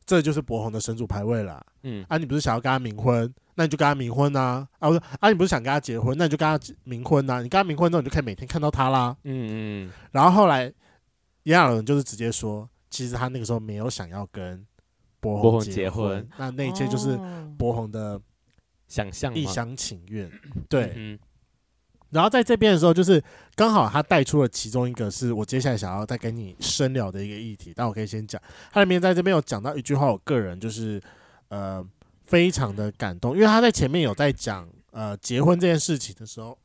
B: 这就是博红的神主牌位啦。
A: 嗯
B: 啊，你不是想要跟他冥婚，那你就跟他冥婚呐、啊。啊，我说啊，你不是想跟他结婚，那你就跟他冥婚啊呐、你跟他冥婚之后，你就可以每天看到他啦。
A: 嗯嗯，
B: 然后后来炎亚纶就是直接说，其实他那个时候没有想要跟博
A: 博
B: 红
A: 宏结
B: 婚，
A: 婚
B: 那那一切就是。
A: 哦
B: 博宏的
A: 想象
B: 一
A: 嘛
B: 厢情愿，对。
A: 嗯
B: 然后在这边的时候，就是刚好他带出了其中一个是我接下来想要再跟你深聊的一个议题，但我可以先讲，他里面在这边有讲到一句话，我个人就是呃非常的感动，因为他在前面有在讲呃结婚这件事情的时候，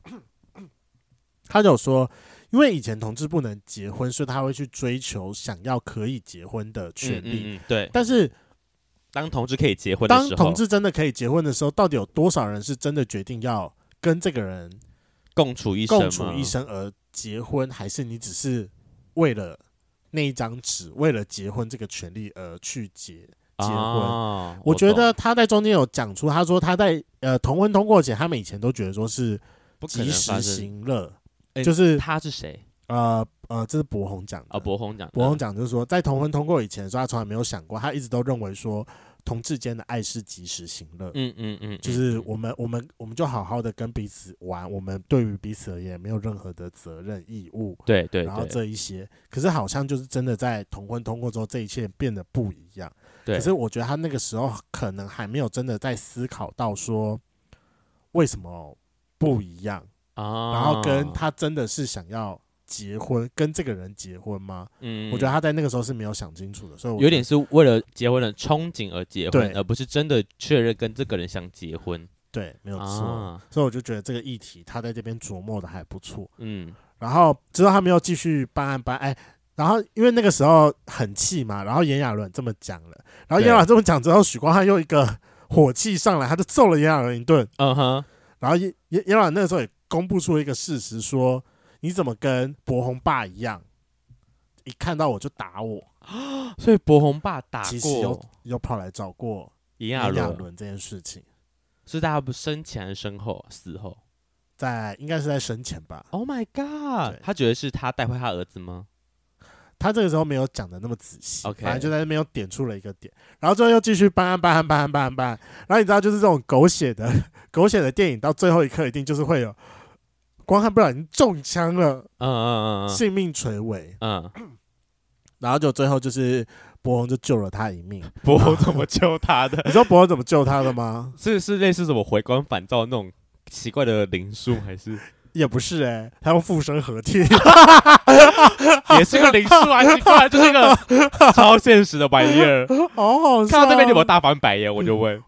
B: 他就有说，因为以前同志不能结婚，所以他会去追求想要可以结婚的权利，
A: 嗯嗯嗯对，
B: 但是
A: 当同志可以结婚的
B: 当
A: 时候
B: 同，志真的可以结婚的时候，到底有多少人是真的决定要跟这个人
A: 共处一生嘛，
B: 共处一生而结婚，还是你只是为了那一张纸，为了结婚这个权利而去结？结婚
A: 啊
B: 我觉
A: 懂
B: 得他在中间有讲出，他说他在呃同婚通过前，他们以前都觉得说是
A: 不可
B: 及
A: 能发生。
B: 时行乐，
A: 哎
B: 就是
A: 他是谁
B: 呃呃，这是博宏讲的
A: 啊？博宏讲的，
B: 博宏讲就是说，在同婚通过以前的时候，他从来没有想过，他一直都认为说同志间的爱是及时行乐，
A: 嗯，嗯嗯嗯，
B: 就是我们我们我们就好好的跟彼此玩，我们对于彼此而言没有任何的责任义务，
A: 对对
B: 然后
A: 对
B: 这一些，可是好像就是真的在同婚通过之后，这一切变得不一样。
A: 对，
B: 可是我觉得他那个时候可能还没有真的在思考到说为什么不一样，
A: 啊，
B: 然后跟他真的是想要结婚，跟这个人结婚吗？
A: 嗯，嗯
B: 我觉得他在那个时候是没有想清楚的，所以我
A: 有点
B: 觉
A: 是为了结婚的憧憬而结婚
B: 对，
A: 而不是真的确认跟这个人想结婚。
B: 得对，没有错。
A: 啊，
B: 所以我就觉得这个议题他在这边琢磨的还不错。
A: 嗯，
B: 然后之后他们又继续办案办案，哎，然后因为那个时候很气嘛，然后炎亚纶这么讲了，然后炎亚纶这么讲之后，许光汉又一个火气上来，他就揍了炎亚纶一顿，
A: 嗯哼，
B: 然后炎炎炎亚纶那个时候也公布出了一个事实说，你怎么跟博宏爸一样，一看到我就打我，
A: 所以博宏爸打
B: 其实
A: 过
B: 有又跑来找过
A: 炎
B: 炎
A: 亚
B: 亚
A: 纶，
B: 纶这件事情，
A: 是大家不生前还是身后死后
B: 在应该是在生前吧，
A: ？Oh my god！
B: 对
A: 他觉得是他带坏他儿子吗？
B: 他这个时候没有讲的那么仔细
A: OK
B: 反正就在那边又点出了一个点，然后最后又继续搬搬搬搬搬搬，然后你知道就是这种狗血的狗血的电影，到最后一刻一定就是会有光汉不小心中枪了，
A: 嗯嗯嗯嗯
B: 性命垂危，
A: 嗯，
B: 然后就最后就是博宏就救了他一命。
A: 博宏怎么救他的？？
B: 你知道博宏怎么救他的 吗
A: 是是类似什么回光返照那种奇怪的灵术，还是
B: 也不是哎、他用附身合体，
A: 也是个灵术啊？奇怪，就是一个 超现实的玩意 儿。
B: 好好笑。
A: 看到这边你有没有大翻白眼？我就
B: 嗯
A: 问，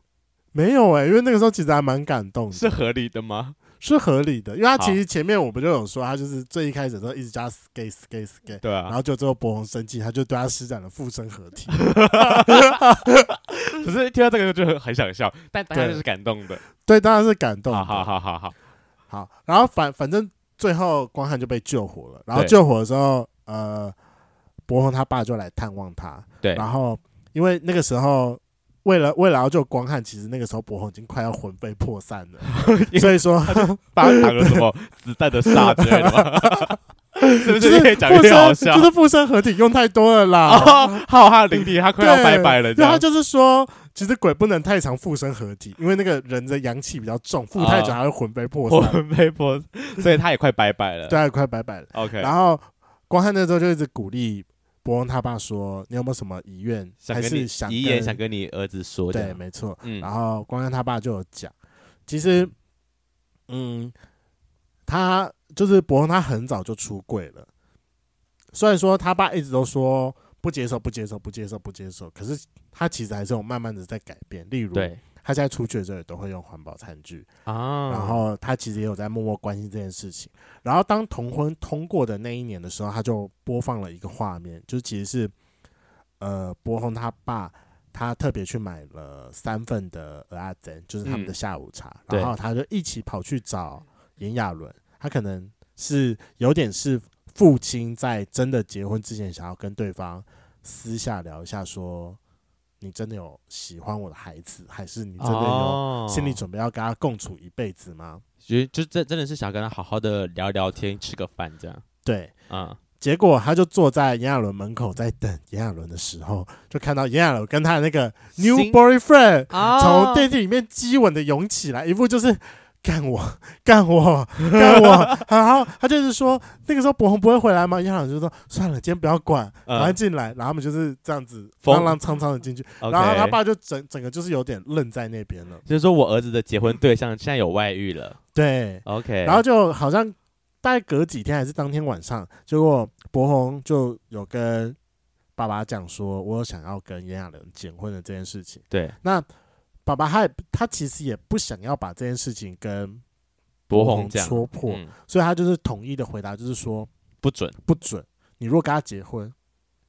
B: 没有哎、因为那个时候其实还蛮感动的，
A: 是合理的吗？
B: 是合理的，因为他其实前面我不就有说，他就是最一开始的时候一直叫他 skate skate skate，
A: 对
B: 然
A: 啊，
B: 后就最后博宏生气，他就对他施展了附身合体。
A: 可是听到这个就很很想笑，但当下
B: 对
A: 就是感动的。
B: 对，当然是感动的。
A: 好好好好好，
B: 好然后反反正最后光汉就被救活了。然后
A: 对
B: 救活的时候，呃，博宏他爸就来探望他。
A: 对
B: 然后因为那个时候。为了为了要救光汉，其实那个时候博宏已经快要魂飞魄散 了，所以说
A: 大家打个什么子弹的沙之类的吗？ 是不
B: 就是是
A: 越讲
B: 附
A: 越好
B: 身
A: 笑？
B: 就是附身合体用太多了啦。
A: 哦，还有他的灵力，他快要
B: 对
A: 拜拜了，这
B: 对，他
A: 样
B: 就是说，其实鬼不能太常附身合体，因为那个人的阳气比较重，附太久
A: 啊
B: 他会魂飞魄散。
A: 魂飞魄，所以他也快拜拜了。
B: 对啊，快拜拜了。
A: OK，
B: 然后光汉那时候就一直鼓励博翁他爸说：“你有没有什么遗愿？
A: 想
B: 还
A: 跟
B: 是
A: 你
B: 想
A: 遗言，想跟你儿子说
B: 对，
A: 的。
B: 没错。
A: 嗯
B: 然后光汉他爸就有讲，其实，嗯，他就是博翁，他很早就出柜了。虽然说他爸一直都说不接受、不接受、不接受、不接受，可是他其实还是有慢慢的在改变。例如，
A: 对
B: 他现在出去的时候也都会用环保餐具，
A: 啊，
B: 然后他其实也有在默默关心这件事情。然后当同婚通过的那一年的时候，他就播放了一个画面，就其实是呃博宏他爸他特别去买了三份的鹅阿珍，就是他们的
A: 嗯
B: 下午茶，
A: 对
B: 然后他就一起跑去找炎亚纶，他可能是有点是父亲在真的结婚之前，想要跟对方私下聊一下说。你真的有喜欢我的孩子，还是你真的有
A: 哦
B: 心理准备要跟他共处一辈子吗？
A: 觉得就真真的是想跟他好好的聊聊天，吃个饭这样。
B: 对，
A: 啊、
B: 结果他就坐在炎亚纶门口，在等炎亚纶的时候，就看到炎亚纶跟他的那个 new
A: 新
B: boyfriend
A: 啊
B: 从电梯里面激吻的涌起来，一副就是干我 干我干我， 然后他就是说那个时候博宏不会回来吗？炎亚纶就说算了，今天不要管，
A: 嗯
B: 赶快进来，然后他们就是这样子
A: 疯
B: 踉踉跄跄的进去，
A: o k
B: 然后他爸就整整个就是有点愣在那边了，
A: 就是说我儿子的结婚对象现在有外遇了
B: 对，
A: ，OK，
B: 然后就好像大概隔几天还是当天晚上，结果博宏就有跟爸爸讲说，我有想要跟炎亚纶结婚的这件事情。
A: 对
B: 那爸爸他也他其实也不想要把这件事情跟
A: 博
B: 宏
A: 宏这样
B: 戳破，
A: 嗯
B: 所以他就是统一的回答，就是说
A: 不准
B: 不准，你如果跟他结婚，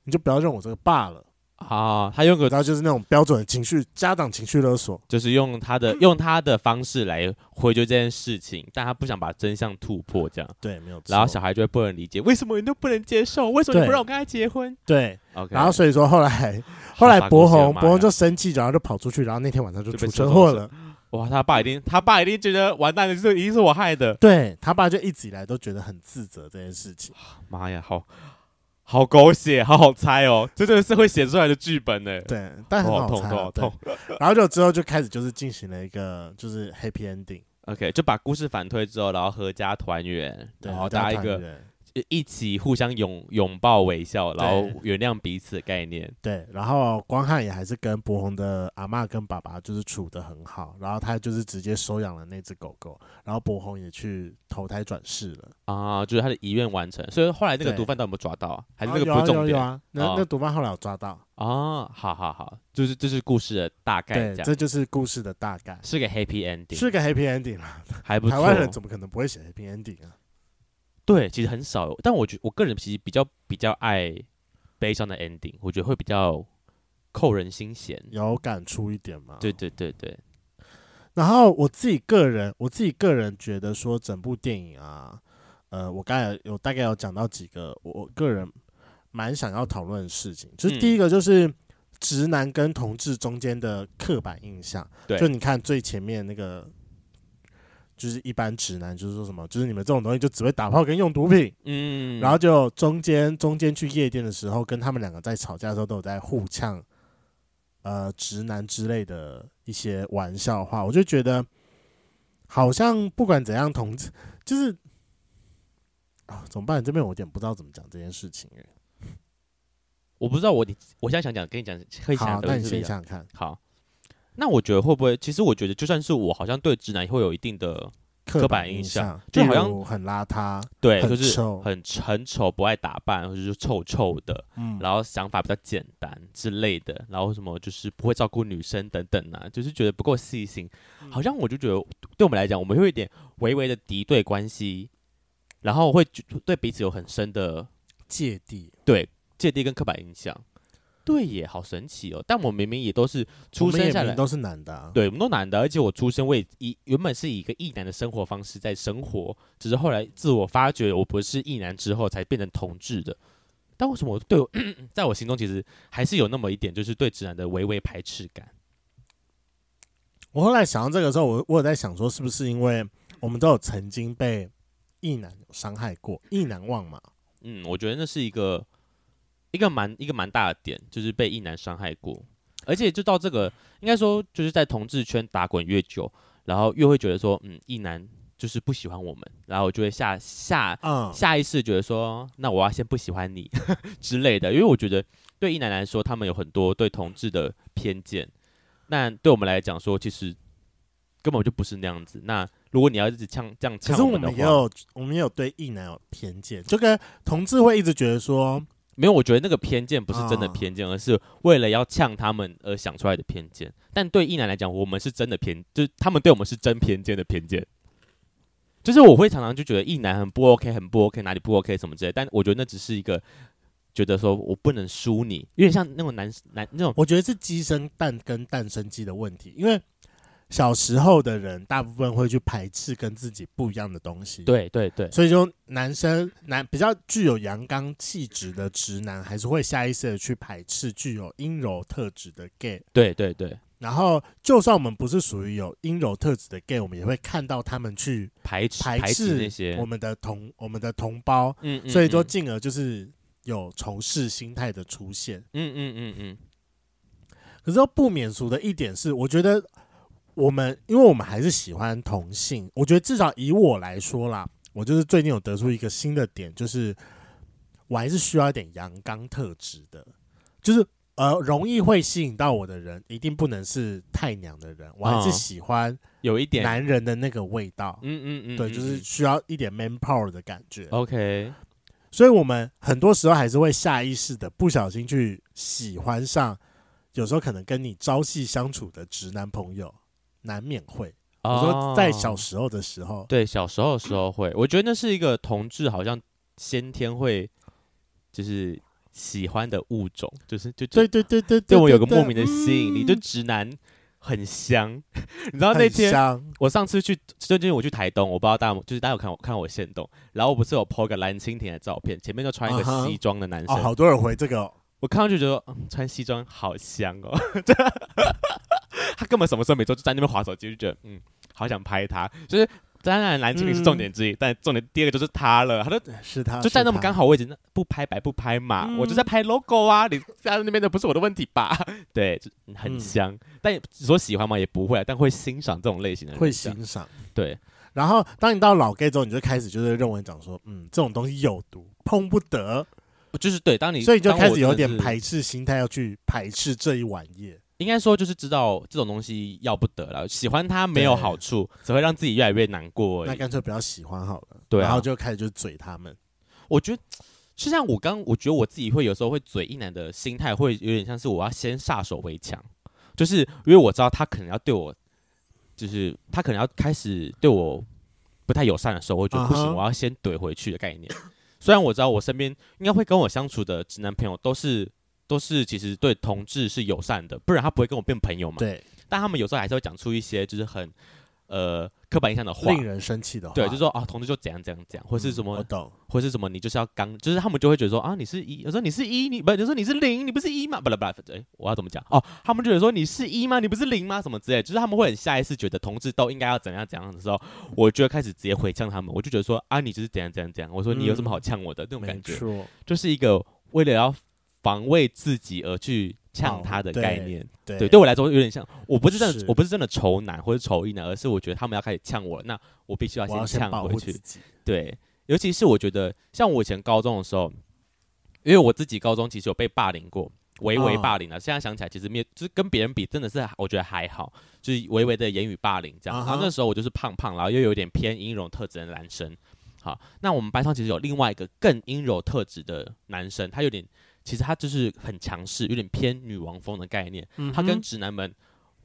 B: 你就不要认我这个爸了。
A: 啊，他用个
B: 然后就是那种标准的情绪，家长情绪勒索。
A: 就是用他 的用他的方式来回绝这件事情，但他不想把真相突破这样，
B: 对，没有错。
A: 然后小孩就会不能理解，为什么你都不能接受，为什么你
B: 对
A: 不让我跟他结婚
B: 对，
A: ？OK，
B: 然后所以说后来
A: 好
B: 后来
A: 傻狗
B: 博
A: 血
B: 宏
A: 妈
B: 博宏
A: 呀
B: 就生气，然后就跑出去，然后那天晚上就
A: 就
B: 出
A: 被
B: 车
A: 车
B: 祸
A: 撞
B: 了。
A: 哇，他爸一定他爸一定觉得完蛋了，这一定是我害的，
B: 对他爸就一直以来都觉得很自责这件事情。
A: 妈呀，好好狗血，好好猜哦，这真的是会写出来的剧本呢，
B: 对，但很
A: 头好痛，
B: 好猜
A: 头
B: 啊、
A: 好
B: 对
A: 痛。
B: 然后就之后就开始就是进行了一个就是 happy ending，
A: OK，就把故事反推之后，然后合家团圆，
B: 对，
A: 然后
B: 大
A: 大
B: 家
A: 家一个
B: 个
A: 一一起互相拥拥抱微笑，
B: 对
A: 然后原谅彼此的概念。
B: 对。然后光汉也还是跟博宏的阿嬷跟爸爸就是处的很好，然后他就是直接收养了那只狗狗，然后博宏也去投胎转世了。
A: 啊，就是他的遗愿完成，所以后来那个
B: 对
A: 毒贩到底有没有抓到啊？还是
B: 啊
A: 这个
B: 有
A: 不
B: 啊
A: 是重
B: 有啊有
A: 点
B: 啊，那
A: 哦
B: 那毒贩后来有抓到，
A: 啊？好好好，就是这是故事的大概
B: 对，
A: 这
B: 这
A: 样，
B: 就是故事的大概，
A: 是个 happy ending，
B: 是个 happy ending 啦。
A: 还不
B: 台湾人
A: 错。
B: 怎么可能不会写 happy ending 啊？
A: 对，其实很少有，但我觉我个人其实比较比较爱悲伤的 ending，我觉得会比较扣人心弦。
B: 有感触一点嘛？
A: 对对对对，
B: 然后我自己个人，我自己个人觉得说，整部电影啊，呃，我刚才有大概有讲到几个我我个人蛮想要讨论的事情，就是
A: 嗯
B: 第一个就是直男跟同志中间的刻板印象，
A: 对
B: 就你看最前面那个，就是一般直男就是说什么，就是你们这种东西就只会打炮跟用毒品，
A: 嗯，
B: 然后就中间中间去夜店的时候，跟他们两个在吵架的时候都有在互呛，呃，直男之类的一些玩笑话，我就觉得好像不管怎样，同志就是啊、怎么办？这边我有点不知道怎么讲这件事情耶。
A: 我不知道我你我现在想讲跟你讲，可以
B: 好
A: 想，
B: 那
A: 的
B: 你
A: 是不一
B: 先
A: 样。
B: 想想看，
A: 好，那我觉得会不会？其实我觉得就算是我，好像对直男会有一定的刻
B: 刻板
A: 板
B: 印
A: 印象
B: 象，
A: 就
B: 例
A: 好像
B: 如很邋遢，
A: 对，
B: 很
A: 就是
B: 臭
A: 很很丑，不爱打扮，或者是臭臭的，
B: 嗯，
A: 然后想法比较简单之类的，然后什么就是不会照顾女生等等啊，就是觉得不够细心。好像我就觉得，对我们来讲，我们会有一点微微的敌对关系，然后会觉对彼此有很深的
B: 芥蒂。
A: 对芥蒂跟刻板印象。对耶，好神奇哦！但我明明也都是
B: 我
A: 出
B: 们
A: 生
B: 也
A: 下
B: 明
A: 来，
B: 都是男的、啊，
A: 对，我们都男的，而且我出生我也以原本是以一个异男的生活方式在生活，只是后来自我发觉我不是异男之后才变成同志的。但为什么我对我 在我心中其实还是有那么一点，就是对直男的微微排斥感？
B: 我后来想到这个时候，我我有在想说，是不是因为我们都有曾经被意男有伤害过，意难忘嘛？
A: 嗯，我觉得那是一个一个蛮一个蛮大的点，就是被异男伤害过，而且就到这个，应该说就是在同志圈打滚越久，然后越会觉得说，嗯，异男就是不喜欢我们，然后我就会下下
B: 嗯，
A: 下意识觉得说，那我要先不喜欢你 之类的，因为我觉得对一男来说，他们有很多对同志的偏见，那对我们来讲说，其实根本就不是那样子。那如果你要一直呛这样
B: 可
A: 呛
B: 是我
A: 们的
B: 们也
A: 话，
B: 有，我们也有对异男有偏见，就跟同志会一直觉得说，
A: 没有，我觉得那个偏见不是真的
B: 啊
A: 偏见，而是为了要呛他们而想出来的偏见。但对一男来讲，我们是真的偏，就是他们对我们是真偏见的偏见。就是我会常常就觉得一男很不 OK，很不 OK，哪里不 OK 什么之类的，但我觉得那只是一个觉得说我不能输你，有点像那种男男那种
B: 我觉得是鸡生蛋跟蛋生鸡的问题，因为小时候的人大部分会去排斥跟自己不一样的东西，，
A: 对对对，
B: 所以就男生男比较具有阳刚气质的直男，还是会下意识的去排斥具有阴柔特质的 gay。
A: 对对对，
B: 然后，就算我们不是属于有阴柔特质的 gay，我们也会看到他们去
A: 排斥
B: 排
A: 斥那
B: 斥
A: 些
B: 我，们的同我们的同胞，
A: 嗯，嗯
B: 所以说
A: 嗯
B: 进而就是有仇视心态的出现。
A: 嗯嗯嗯嗯，
B: 可是不免俗的一点是，我觉得我们因为我们还是喜欢同性，我觉得至少以我来说啦，我就是最近有得出一个新的点，就是我还是需要一点阳刚特质的，就是呃容易会吸引到我的人，一定不能是太娘的人，我还是
A: 嗯
B: 喜欢
A: 有一点，
B: 男人的那个味道，
A: 嗯嗯嗯，
B: 对，
A: 嗯
B: 就是
A: 嗯
B: 需要一点 man power 的感觉。
A: OK，
B: 所以我们很多时候还是会下意识的不小心去喜欢上，有时候可能跟你朝夕相处的直男朋友，难免会。我说在小
A: 哦
B: 时候的时候，
A: 对小时候的时候会，我觉得那是一个同志好像先天会就是喜欢的物种，就是就就
B: 对对对对
A: 对我有个莫名的吸引力，就
B: 嗯
A: 直男很香。 你知道那
B: 很
A: 天
B: 香
A: 我上次去，最近我去台东，我不知道大家有就是大家有看我看我现动，然后我不是有 po 个蓝蜻蜓的照片，前面就穿一
B: 啊
A: 个
B: 哈
A: 西装的男
B: 哦，
A: 生，
B: 好多人回这个哦
A: 我看到就觉得、嗯、穿西装好香哦， 他根本什么时候没做，就在那边划手机，就觉得嗯，好想拍他。就是当然蓝精灵是重点
B: 嗯
A: 之一，但重点第二个就是他了，他都
B: 是他
A: 就站那么刚
B: 好，
A: 好位置，那不拍白不拍嘛，
B: 嗯
A: 我就在拍 logo 啊，你站在那边的不是我的问题 吧？对，就很香，但也说喜欢嘛也不会啊，但会欣赏这种类型的人，
B: 会欣赏。
A: 对，
B: 然后当你到老 gay 之后，你就开始就是认为讲说，嗯，这种东西有毒，碰不得，
A: 就是对，当你
B: 所以就
A: 当
B: 开
A: 我
B: 始有
A: 真的
B: 点
A: 是
B: 排斥心态，要去排斥这一碗夜。
A: 应该说就是知道这种东西要不得了，喜欢它没有
B: 对
A: 好处，只会让自己越来越难过而
B: 那
A: 已。
B: 干脆不要喜欢好了。
A: 对啊
B: 然后就开始就嘴他们。
A: 我觉得是像我刚，我觉得我自己会有时候会嘴一男的心态，会有点像是我要先下手为强，就是因为我知道他可能要对我，就是他可能要开始对我不太友善的时候，我就觉得不行
B: 啊哈
A: 我要先怼回去的概念。虽然我知道我身边应该会跟我相处的直男朋友都是都是其实对同志是友善的，不然他不会跟我变朋友嘛。
B: 对，
A: 但他们有时候还是会讲出一些就是很呃刻板印象的话，
B: 令人生气的话，
A: 对，就说啊同志就怎样怎样怎样，或是什
B: 嗯
A: 么
B: 我懂，
A: 或是什么，你就是要刚，就是他们就会觉得说啊，你是一，有时候你是一，你不，有时候你是零，你不是一吗？不啦不啦，哎，我要怎么讲？哦，他们就会说你是一吗？你不是零吗？什么之类，就是他们会很下意识觉得同志都应该要怎样怎样的时候，我就会开始直接回呛他们，我就觉得说啊，你就是怎样怎样怎样，我说你有什么好呛我的、那种
B: 嗯没
A: 感觉，
B: 错，
A: 就是一个为了要防卫自己而去呛
B: 哦
A: 他的
B: 对
A: 概念。
B: 对
A: 对，对我来说有点像，我不是真的
B: 是，
A: 我不是真的仇男或者仇一男，而是我觉得他们要开始呛我了，那我必须要
B: 我要
A: 先
B: 先
A: 呛
B: 保
A: 回
B: 护
A: 去
B: 自。己。
A: 对，尤其是我觉得，像我以前高中的时候，因为我自己高中其实有被霸凌过，微微
B: 嗯
A: 霸凌了、啊现在想起来，其实没，就是跟别人比，真的是我觉得还好，就是微微的言语霸凌这样。
B: 啊哈
A: 然后那时候我就是胖胖，然后又有点偏阴柔特质的男生。好，那我们班上其实有另外一个更阴柔特质的男生，他有点，其实他就是很强势，有点偏女王风的概念。
B: 嗯
A: 他跟直男们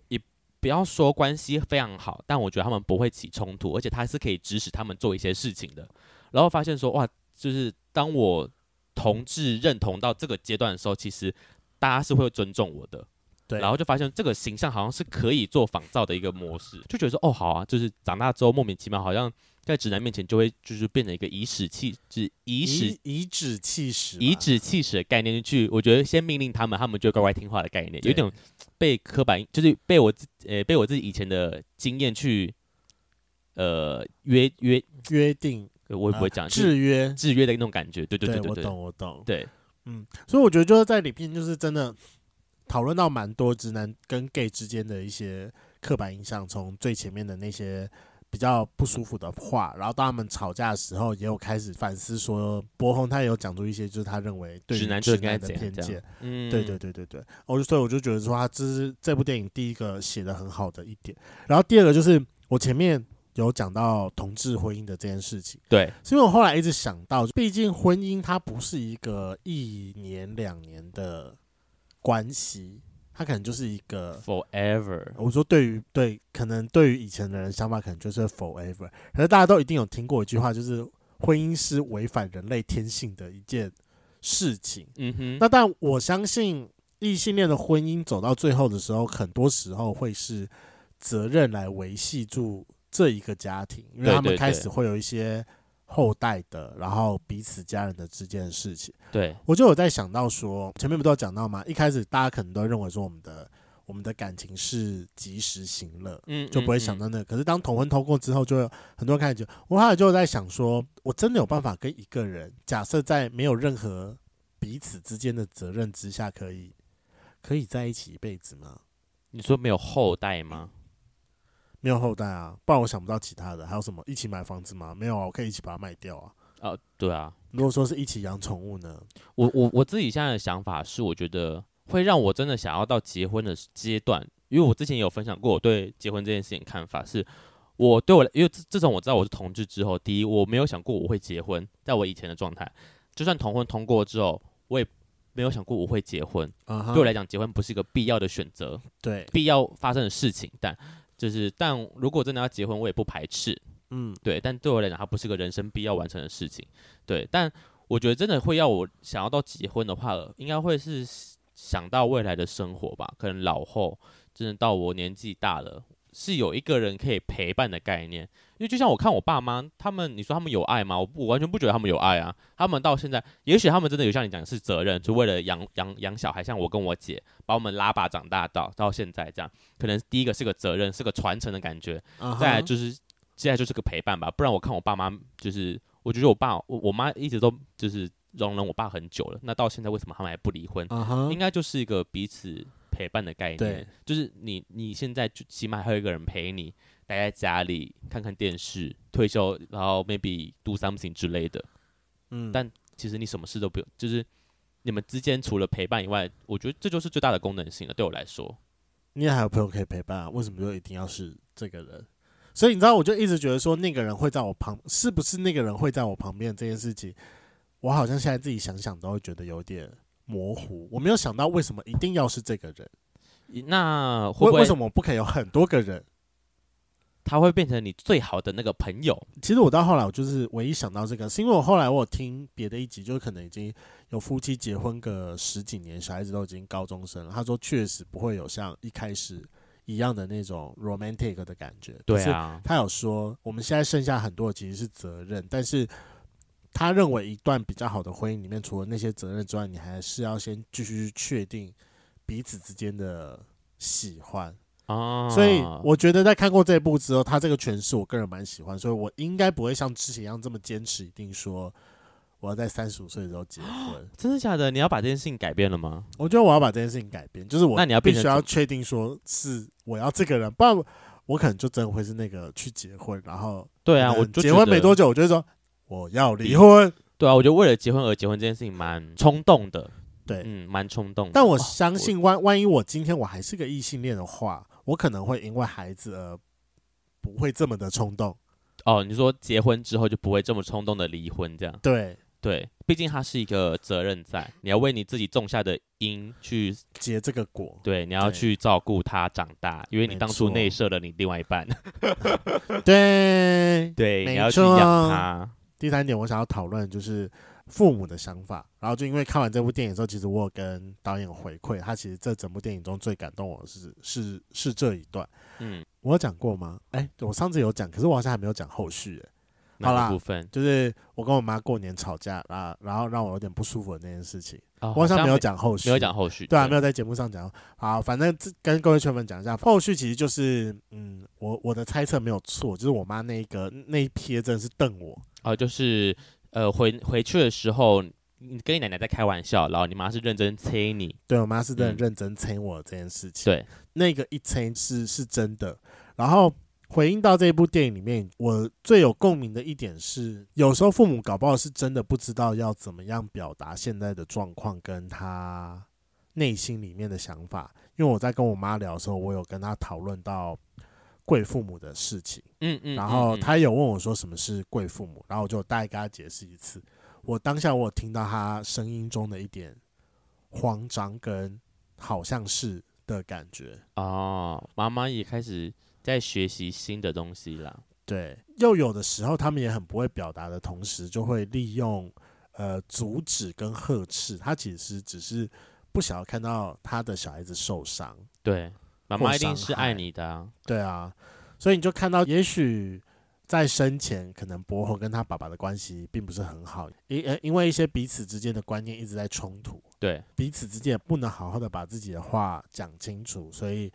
A: 也不要说关系非常好，但我觉得他们不会起冲突，而且他是可以指使他们做一些事情的。然后发现说，哇，就是当我同志认同到这个阶段的时候，其实大家是会尊重我的。
B: 对
A: 然后就发现这个形象好像是可以做仿造的一个模式，就觉得说，哦，好啊，就是长大之后莫名其妙，好像在直男面前就会就是变成一个颐使气，就是颐使
B: 以以指气使吧，
A: 颐指气使的概念去，我觉得先命令他们，他们就会乖乖听话的概念，
B: 对
A: 有点被刻板印，就是被我自呃被我自己以前的经验去呃约约，
B: 约定
A: 呃我也不会讲、就是
B: 啊制约。
A: 制约的那种感觉，对对对
B: 我
A: 对对
B: 懂，我懂。
A: 对，
B: 嗯，所以我觉得就是在里面，就是真的讨论到蛮多直男跟 gay 之间的一些刻板印象，从最前面的那些比较不舒服的话，然后到他们吵架的时候，也有开始反思说，博宏他也有讲出一些就是他认为对于
A: 直男就
B: 直
A: 应该
B: 男的
A: 怎样
B: 偏
A: 这
B: 见
A: 样，，嗯，
B: 对对对对对，我就所以我就觉得说，他这是这部电影第一个写的很好的一点。然后第二个就是我前面有讲到同志婚姻的这件事情，
A: 对，
B: 是因为我后来一直想到，毕竟婚姻它不是一个一年两年的关系，它可能就是一个
A: forever，
B: 我说对于对，可能对于以前的人想法，可能就是 forever。可是大家都一定有听过一句话，就是婚姻是违反人类天性的一件事情。
A: 嗯哼，
B: 那但我相信异性恋的婚姻走到最后的时候，很多时候会是责任来维系住这一个家庭，因为
A: 对
B: 他们
A: 对
B: 开
A: 对
B: 始会有一些后代的，然后彼此家人的之间的事情。
A: 对，
B: 我就有在想到说，前面不都有讲到吗？一开始大家可能都认为说我们的我们的感情是及时行乐，
A: 嗯，
B: 就不会
A: 嗯
B: 想
A: 嗯
B: 到那个。可是当同婚通过之后，就有很多人开始就，我后来就在想说，我真的有办法跟一个人，假设在没有任何彼此之间的责任之下，可以可以在一起一辈子吗？
A: 你说没有后代吗？
B: 没有后代啊，不然我想不到其他的。还有什么一起买房子吗？没有啊，我可以一起把它卖掉啊。
A: 啊，对啊，
B: 如果说是一起养宠物呢？
A: 我我我自己现在的想法是，我觉得会让我真的想要到结婚的阶段，因为我之前也有分享过我对结婚这件事情的看法是，我对我来因为自自从我知道我是同志之后，第一我没有想过我会结婚，在我以前的状态，就算同婚通过之后，我也没有想过我会结婚，
B: 啊哈
A: 对我来讲，结婚不是一个必要的选择，
B: 对，
A: 必要发生的事情，但就是但如果真的要结婚，我也不排斥，
B: 嗯，
A: 对，但对我来讲，它不是个人生必要完成的事情。对，但我觉得真的会要我想要到结婚的话，应该会是想到未来的生活吧。可能老后，真的到我年纪大了，是有一个人可以陪伴的概念。因为就像我看我爸妈他们，你说他们有爱吗？我不我完全不觉得他们有爱啊。他们到现在，也许他们真的有像你讲的是责任，就为了养养养小孩，像我跟我姐把我们拉拔长大到到现在这样，可能第一个是个责任，是个传承的感觉。
B: 啊哈
A: 再来就是接下来就是个陪伴吧，不然我看我爸妈就是，我觉得我爸我我妈一直都就是容忍我爸很久了，那到现在为什么他们还不离婚？
B: 啊哈
A: 应，该就是一个彼此陪伴的概
B: 对
A: 念，就是你你现在就起码还有一个人陪你，待在家里看看电视，退休然后 maybe do something 之类的，
B: 嗯
A: 但其实你什么事都不用，就是。你们之间除了陪伴以外，我觉得这就是最大的功能性了。对我来说，
B: 你也还有朋友可以陪伴啊，为什么就一定要是这个人？所以你知道，我就一直觉得说那个人会在我旁，是不是那个人会在我旁边这件事情，我好像现在自己想想都会觉得有点模糊。我没有想到为什么一定要是这个人，
A: 那会
B: 为
A: 不
B: 为
A: 会
B: 什么不可以有很多个人？
A: 他会变成你最好的那个朋友？
B: 其实我到后来，我就是唯一想到这个，是因为我后来我有听别的一集，就是可能已经有夫妻结婚个十几年，小孩子都已经高中生了。他说确实不会有像一开始一样的那种 romantic 的感觉，
A: 对
B: 可是
A: 啊，
B: 他有说，我们现在剩下很多的其实是责任，但是他认为一段比较好的婚姻里面，除了那些责任之外，你还是要先继续确定彼此之间的喜欢。
A: 啊，
B: 所以我觉得在看过这部之后，他这个诠释我个人蛮喜欢，所以我应该不会像之前一样这么坚持，一定说我要在三十五岁的时候结 婚。
A: 真的假的？你要把这件事情改变了吗？
B: 我觉得我要把这件事情改变，就是我
A: 那你要
B: 必
A: 变
B: 须
A: 成
B: 要
A: 怎
B: 确定说是我要这个人，不然我我可能就真的会是那个去结婚，然后
A: 对啊，
B: 可能
A: 我就
B: 结婚没多
A: 久，
B: 久，我就会说我要离婚。
A: 对啊，我觉得为了结婚而结婚这件事情蛮冲动的，
B: 对
A: 嗯，蛮冲动的。
B: 但我
A: 哦
B: 相信万，万一我今天我还是个异性恋的话，我可能会因为孩子而不会这么的冲动。
A: 哦，你说结婚之后就不会这么冲动的离婚，这样
B: 对，
A: 对，毕竟它是一个责任在，你要为你自己种下的因去，
B: 结这个果，
A: 对，你要
B: 对
A: 去照顾它长大，因为你
B: 没
A: 当初
B: 错
A: 内射了你另外一半，
B: 对。
A: 对，
B: 没
A: 你要去
B: 错
A: 养它。
B: 第三点，我想要讨论就是父母的想法。然后就因为看完这部电影之后，其实我有跟导演回馈，他其实这整部电影中最感动我的是是是这一段。
A: 嗯，
B: 我有讲过吗？哎，我上次有讲，可是我好像还没有讲后续。哎
A: 哪
B: 好啦
A: 个部分？
B: 就是我跟我妈过年吵架啊，然后让我有点不舒服的那件事情，
A: 哦
B: 我好像没有
A: 没
B: 讲后续，
A: 没有讲，后续，
B: 对啊，没有在节目上讲。好，反正这跟各位圈粉讲一下，后续其实就是，嗯，我我的猜测没有错，就是我妈那一个那一瞥真的是瞪我，
A: 哦，就是呃，回回去的时候，你跟你奶奶在开玩笑，然后你妈是认真催你，
B: 对我妈是真的
A: 嗯
B: 认真催我这件事情，
A: 对，
B: 那个一催是是真的。然后回应到这一部电影里面，我最有共鸣的一点是，有时候父母搞不好是真的不知道要怎么样表达现在的状况跟他内心里面的想法。因为我在跟我妈聊的时候，我有跟她讨论到贵父母的事情，
A: 嗯嗯，
B: 然
A: 嗯
B: 后
A: 嗯
B: 她有问我说什么是贵父母，然后我就大概跟她解释一次。我当下我有听到她声音中的一点慌张跟好像是的感觉，
A: 哦，妈妈也开始在学习新的东西啦。
B: 对，又有的时候他们也很不会表达的同时，就会利用呃阻止跟呵斥，他其实只是不想要看到他的小孩子受伤。
A: 对，妈
B: 或
A: 妈一定
B: 伤
A: 是
B: 害
A: 爱你的啊。
B: 对啊，所以你就看到，也许在生前，可能博宏跟他爸爸的关系并不是很好，因呃因为一些彼此之间的观念一直在冲突，
A: 对，
B: 彼此之间也不能好好的把自己的话讲清楚，所以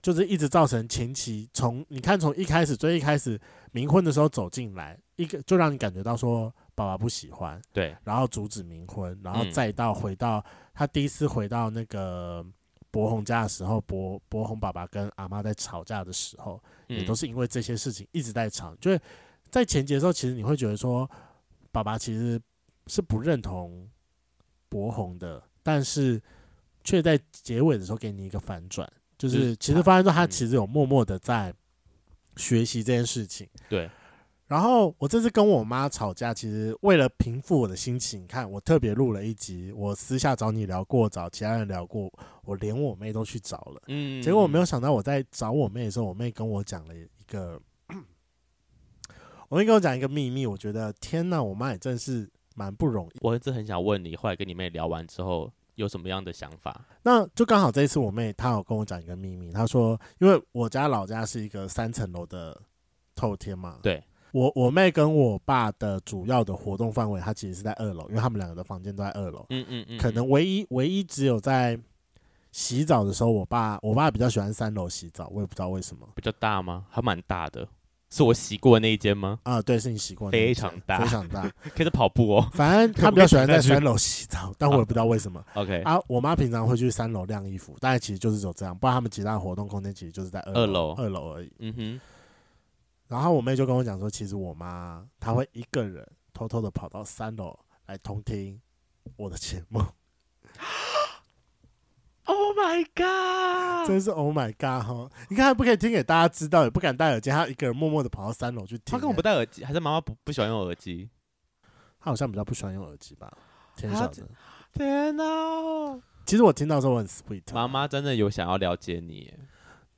B: 就是一直造成前期从你看从一开始最一开始冥婚的时候走进来，一个就让你感觉到说爸爸不喜欢，
A: 对，
B: 然后阻止冥婚，然后
A: 嗯
B: 再到回到、他第一次回到那个博宏家的时候，博博宏爸爸跟阿妈在吵架的时候，也
A: 嗯
B: 都，是因为这些事情一直在吵。就是在前节的时候，其实你会觉得说，爸爸其实是不认同博宏的，但是却在结尾的时候给你一个反转，就
A: 就是是
B: 其实
A: 他
B: 发现说他
A: 嗯
B: 其实有默默的在学习这件事情。
A: 对，
B: 然后我这次跟我妈吵架，其实为了平复我的心情，你看我特别录了一集，我私下找你聊过，找其他人聊过，我连我妹都去找了。
A: 嗯，
B: 结果我没有想到，我在找我妹的时候，我妹跟我讲了一个，我妹跟我讲一个秘密，我觉得天呐，我妈也真是蛮不容易。
A: 我一直很想问你，后来跟你妹聊完之后有什么样的想法？
B: 那就刚好这一次，我妹她有跟我讲一个秘密，她说，因为我家老家是一个三层楼的透天嘛，
A: 对，
B: 我我妹跟我爸的主要的活动范围，她其实是在二楼，因为他们两个的房间都在二楼，
A: 嗯嗯嗯，
B: 可能唯一唯一只有在洗澡的时候，我爸我爸比较喜欢三楼洗澡，我也不知道为什么。
A: 比较大吗？还蛮大的，是我洗过的那一间吗？
B: 啊，对，是你习惯的那一
A: 非
B: 间
A: 常大
B: 非常大。
A: 可以在跑步哦。
B: 反正他
A: 我
B: 比
A: 没
B: 较喜欢
A: 想到
B: 在
A: 去
B: 三楼洗 澡，但我也不知道为什么
A: OK，
B: 啊。我妈平常会去三楼晾衣服，大概其实就是走这样，不然他们其他的活动空间其实就是在二
A: 二
B: 楼
A: 楼
B: 二楼而已。
A: 嗯哼，
B: 然后我妹就跟我讲说，其实我妈她会一个人偷偷的跑到三楼来偷听我的节目，
A: Oh my god！
B: 真是 Oh my God 哈！你看她不可以听给大家知道，也不敢戴耳机，她一个人默默的跑到三楼去听。
A: 他跟我不
B: 欸
A: 戴耳机，还是妈妈不不喜欢用耳机？
B: 她好像比较不喜欢用耳机吧，天
A: 她
B: 晓得。
A: 天哪！
B: 其实我听到的时候我很 sweet，啊
A: 妈妈真的有想要了解你耶，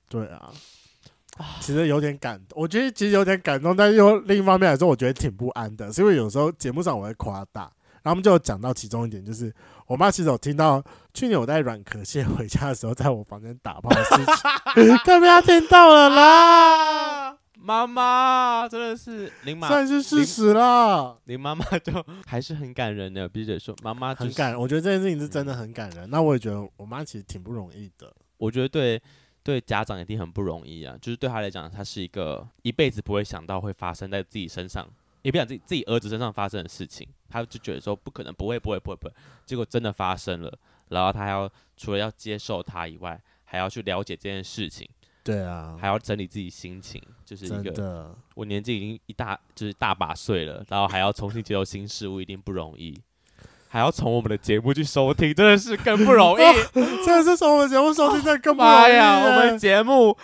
B: 对啊，其实有点感动，我觉得其实有点感动，但是又另一方面来说，我觉得挺不安的，是因为有时候节目上我会夸大，然后我们就有讲到其中一点，就是我妈其实有听到去年我带软壳蟹回家的时候，在我房间打炮的事情，但被她听到了啦，
A: 妈妈真的是林 妈，
B: 算是事实啦。
A: 林妈妈就还是很感人的。必须得说，妈妈就
B: 很
A: 是嗯
B: 感，我觉得这件事情是真的很感人。那我也觉得我妈其实挺不容易的，
A: 我觉得对对家长一定很不容易啊，就是对他来讲，他是一个一辈子不会想到会发生在自己身上，也不想自己自己儿子身上发生的事情，他就觉得说不可能，不会，不会，不会，不会，结果真的发生了，然后他还要除了要接受它以外，还要去了解这件事情，
B: 对啊，
A: 还要整理自己心情，就是
B: 真
A: 一个
B: 的。
A: 我年纪已经一大就是大把岁了，然后还要重新接受新事物，一定不容易。还要从我们的节目去收听，真的是更不容易。
B: 真的是从我们节目收听，这更不容易
A: 妈呀，
B: 耶
A: 我们节目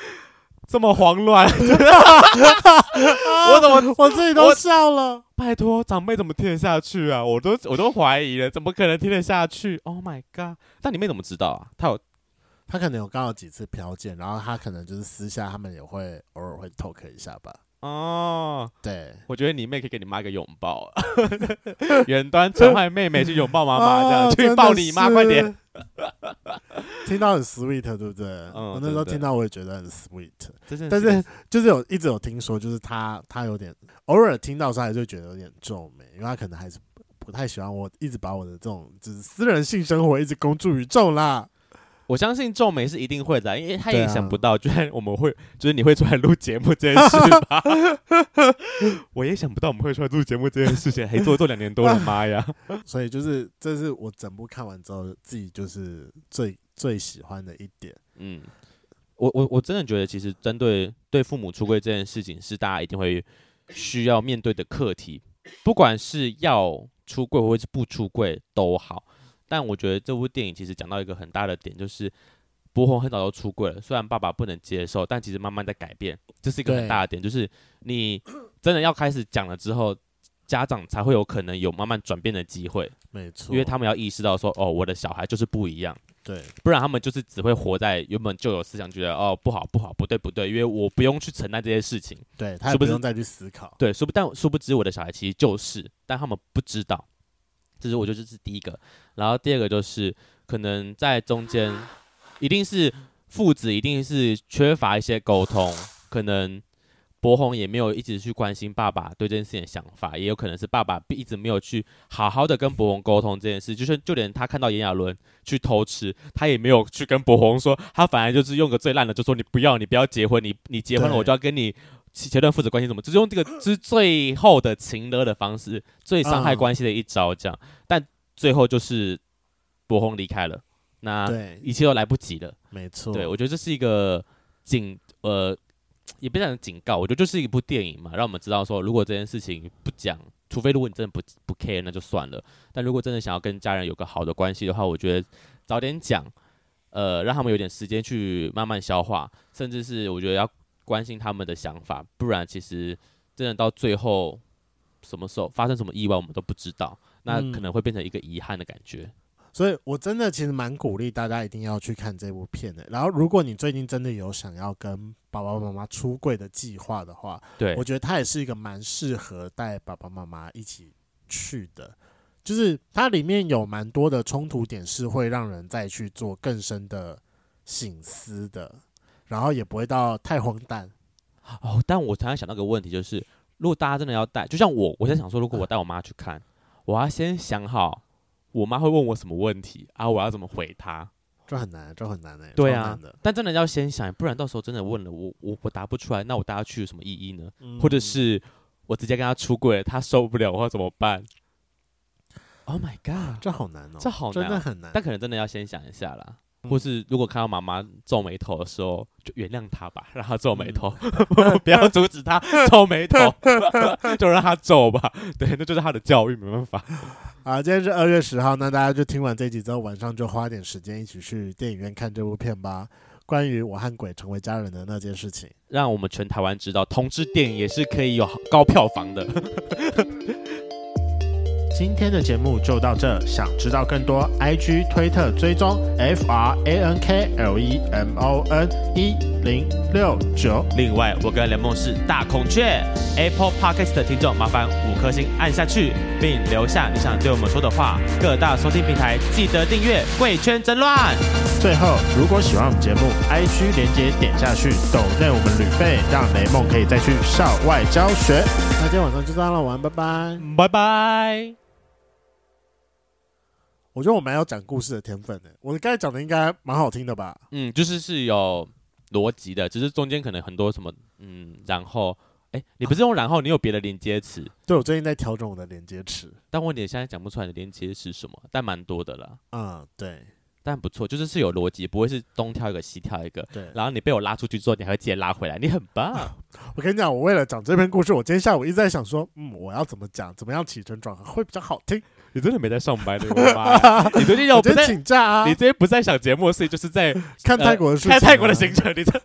A: 这么慌 乱，我怎么
B: 我自己都笑了。
A: 拜托长辈怎么听得下去啊？我都我都怀疑了，怎么可能听得下去？Oh my god！但你妹怎么知道啊？她有
B: 他可能有刚好几次飘见，然后他可能就是私下他们也会偶尔会 talk 一下吧。
A: 哦，
B: 对，
A: 我觉得你妹可以给你妈一个拥抱，啊 远端传唤妹妹去拥抱妈妈，这样、去抱你妈，
B: 哦
A: 快点！！
B: 听到很 sweet，对不对？
A: 嗯
B: 我那时候
A: 真的
B: 听到我也觉得很 sweet，
A: 这真的
B: 但是就是有一直有听说，就是他他有点偶尔听到的时候，还是会觉得有点皱眉，因为他可能还是不太喜欢我一直把我的这种就是私人性生活一直公诸于众 啦。
A: 我相信皱眉是一定会的，因为他
B: 对
A: 也
B: 啊
A: 想不到，居然我们会，就是你会出来录节目这件事吧？我也想不到我们会出来录节目这件事情，还做做两年多了，妈呀！
B: 所以就是这是我整部看完之后自己就是最最喜欢的一点。
A: 嗯，我我我真的觉得，其实针对对父母出柜这件事情，是大家一定会需要面对的课题，不管是要出柜或者是不出柜都好。但我觉得这部电影其实讲到一个很大的点，就是博宏很早就出柜了，虽然爸爸不能接受，但其实慢慢在改变，这是一个
B: 对
A: 很大的点，就是你真的要开始讲了之后。家长才会有可能有慢慢转变的机会，
B: 没错，
A: 因为他们要意识到说，哦，我的小孩就是不一样，
B: 对
A: 不然他们就是只会活在原本就有思想，觉得哦不好不好不对不对，因为我不用去承担这些事情。
B: 对，他也
A: 是
B: 不
A: 不是
B: 用再去思考。
A: 对，殊不但殊不知我的小孩其实就是，但他们不知道，这是我觉得这是第一个。然后第二个就是可能在中间，一定是父子一定是缺乏一些沟通，可能博宏也没有一直去关心爸爸对这件事情的想法，也有可能是爸爸一直没有去好好的跟博宏沟通这件事，就是就连他看到炎亚纶去偷吃，他也没有去跟博宏说，他反而就是用个最烂的，就说你不要，你不要结婚，你你结婚了
B: 对
A: 我就要跟你。前段父子关系怎么，就是用这个，就 是最后的情勒的方式，最伤害
B: 嗯
A: 关系的一招这样。但最后就是博宏离开了，那
B: 对，
A: 啊一切都来嗯呃不及了。
B: 没错，
A: 对，我觉得这是一个警呃，也不讲警告，我觉得就是一部电影嘛，让我们知道说，如果这件事情不讲，除非如果你真的不不 care，那就算了。但如果真的想要跟家人有个好的关系的话，我觉得早点讲，呃，让他们有点时间去慢慢消化，甚至是我觉得要关心他们的想法，不然其实真的到最后什么时候发生什么意外，我们都不知道。那
B: 嗯
A: 可能会变成一个遗憾的感觉。
B: 所以我真的其实蛮鼓励大家一定要去看这部片的。然后，如果你最近真的有想要跟爸爸妈妈出柜的计划的话，
A: 对
B: 我，觉得它也是一个蛮适合带爸爸妈妈一起去的。就是它里面有蛮多的冲突点，是会让人再去做更深的醒思的，然后也不会到太荒诞。
A: 哦，但我突然想到个问题，就是如果大家真的要带，就像我，我在想说，如果我带我妈去看，我要先想好我妈会问我什么问题啊，我要怎么回她。
B: 就很难，就很难哎、欸，
A: 对
B: 超
A: 啊
B: 难的，
A: 但真的要先想，不然到时候真的问了我，我我答不出来，那我带她去有什么意义呢？或
B: 嗯
A: 者是我直接跟她出柜，她受不了，我要怎么办？Oh my god！
B: 这好难哦、
A: 这好
B: 真
A: 难
B: 的
A: 哦
B: 很难。
A: 但可能真的要先想一下啦。或是如果看到妈妈皱眉头的时候，就原谅她吧，让她皱眉头，不要阻止她皱眉头， 就让她皱吧。对，那就是她的教育，没办法。
B: 啊，今天是二月十号，那大家就听完这集之后，晚上就花点时间一起去电影院看这部片吧。关于我和鬼成为家人的那件事情，
A: 让我们全台湾知道，同志电影也是可以有高票房的。
B: 今天的节目就到这。想知道更多，IG、推特追踪 F R A N K L E M O N 一零六九。
A: 另外，我跟联梦是大孔雀 Apple Podcast 的听众，麻烦五颗星按下去，并留下你想对我们说的话。各大收听平台记得订阅《贵圈争乱》。
B: 最后，如果喜欢我们节目，IG 连接点下去，抖内我们旅费，让雷梦可以再去校外教学。那今天晚上就这样了，晚安，拜拜。
A: 拜拜。
B: 我觉得我蛮有讲故事的天分的，我刚才讲的应该蛮好听的吧？
A: 嗯，就是是有逻辑的，只是中间可能很多什么，嗯，然后，哎，你不是用然后，你有别的连接词，
B: 对，我最近在调整我的连接词。
A: 但问题现在讲不出来你的连接是什么，但蛮多的啦，
B: 嗯，对
A: 但不错，就是是有逻辑，不会是东跳一个西跳一个，
B: 对。
A: 然后你被我拉出去之后，你还会直接拉回来，你很棒。
B: 我跟你讲，我为了讲这篇故事，我今天下午一直在想说，嗯，我要怎么讲，怎么样起承转合会比较好听？
A: 你真的没在上班的，我的妈呀！ 你最近有
B: 我
A: 不
B: 今天
A: 在，
B: 请假啊
A: 你，最近不在想节目的事情，就是在
B: 呃
A: 呃啊
B: 看泰国的事情、啊
A: 看泰国的行，程，你这，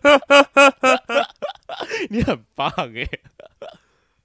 A: 你很棒哎、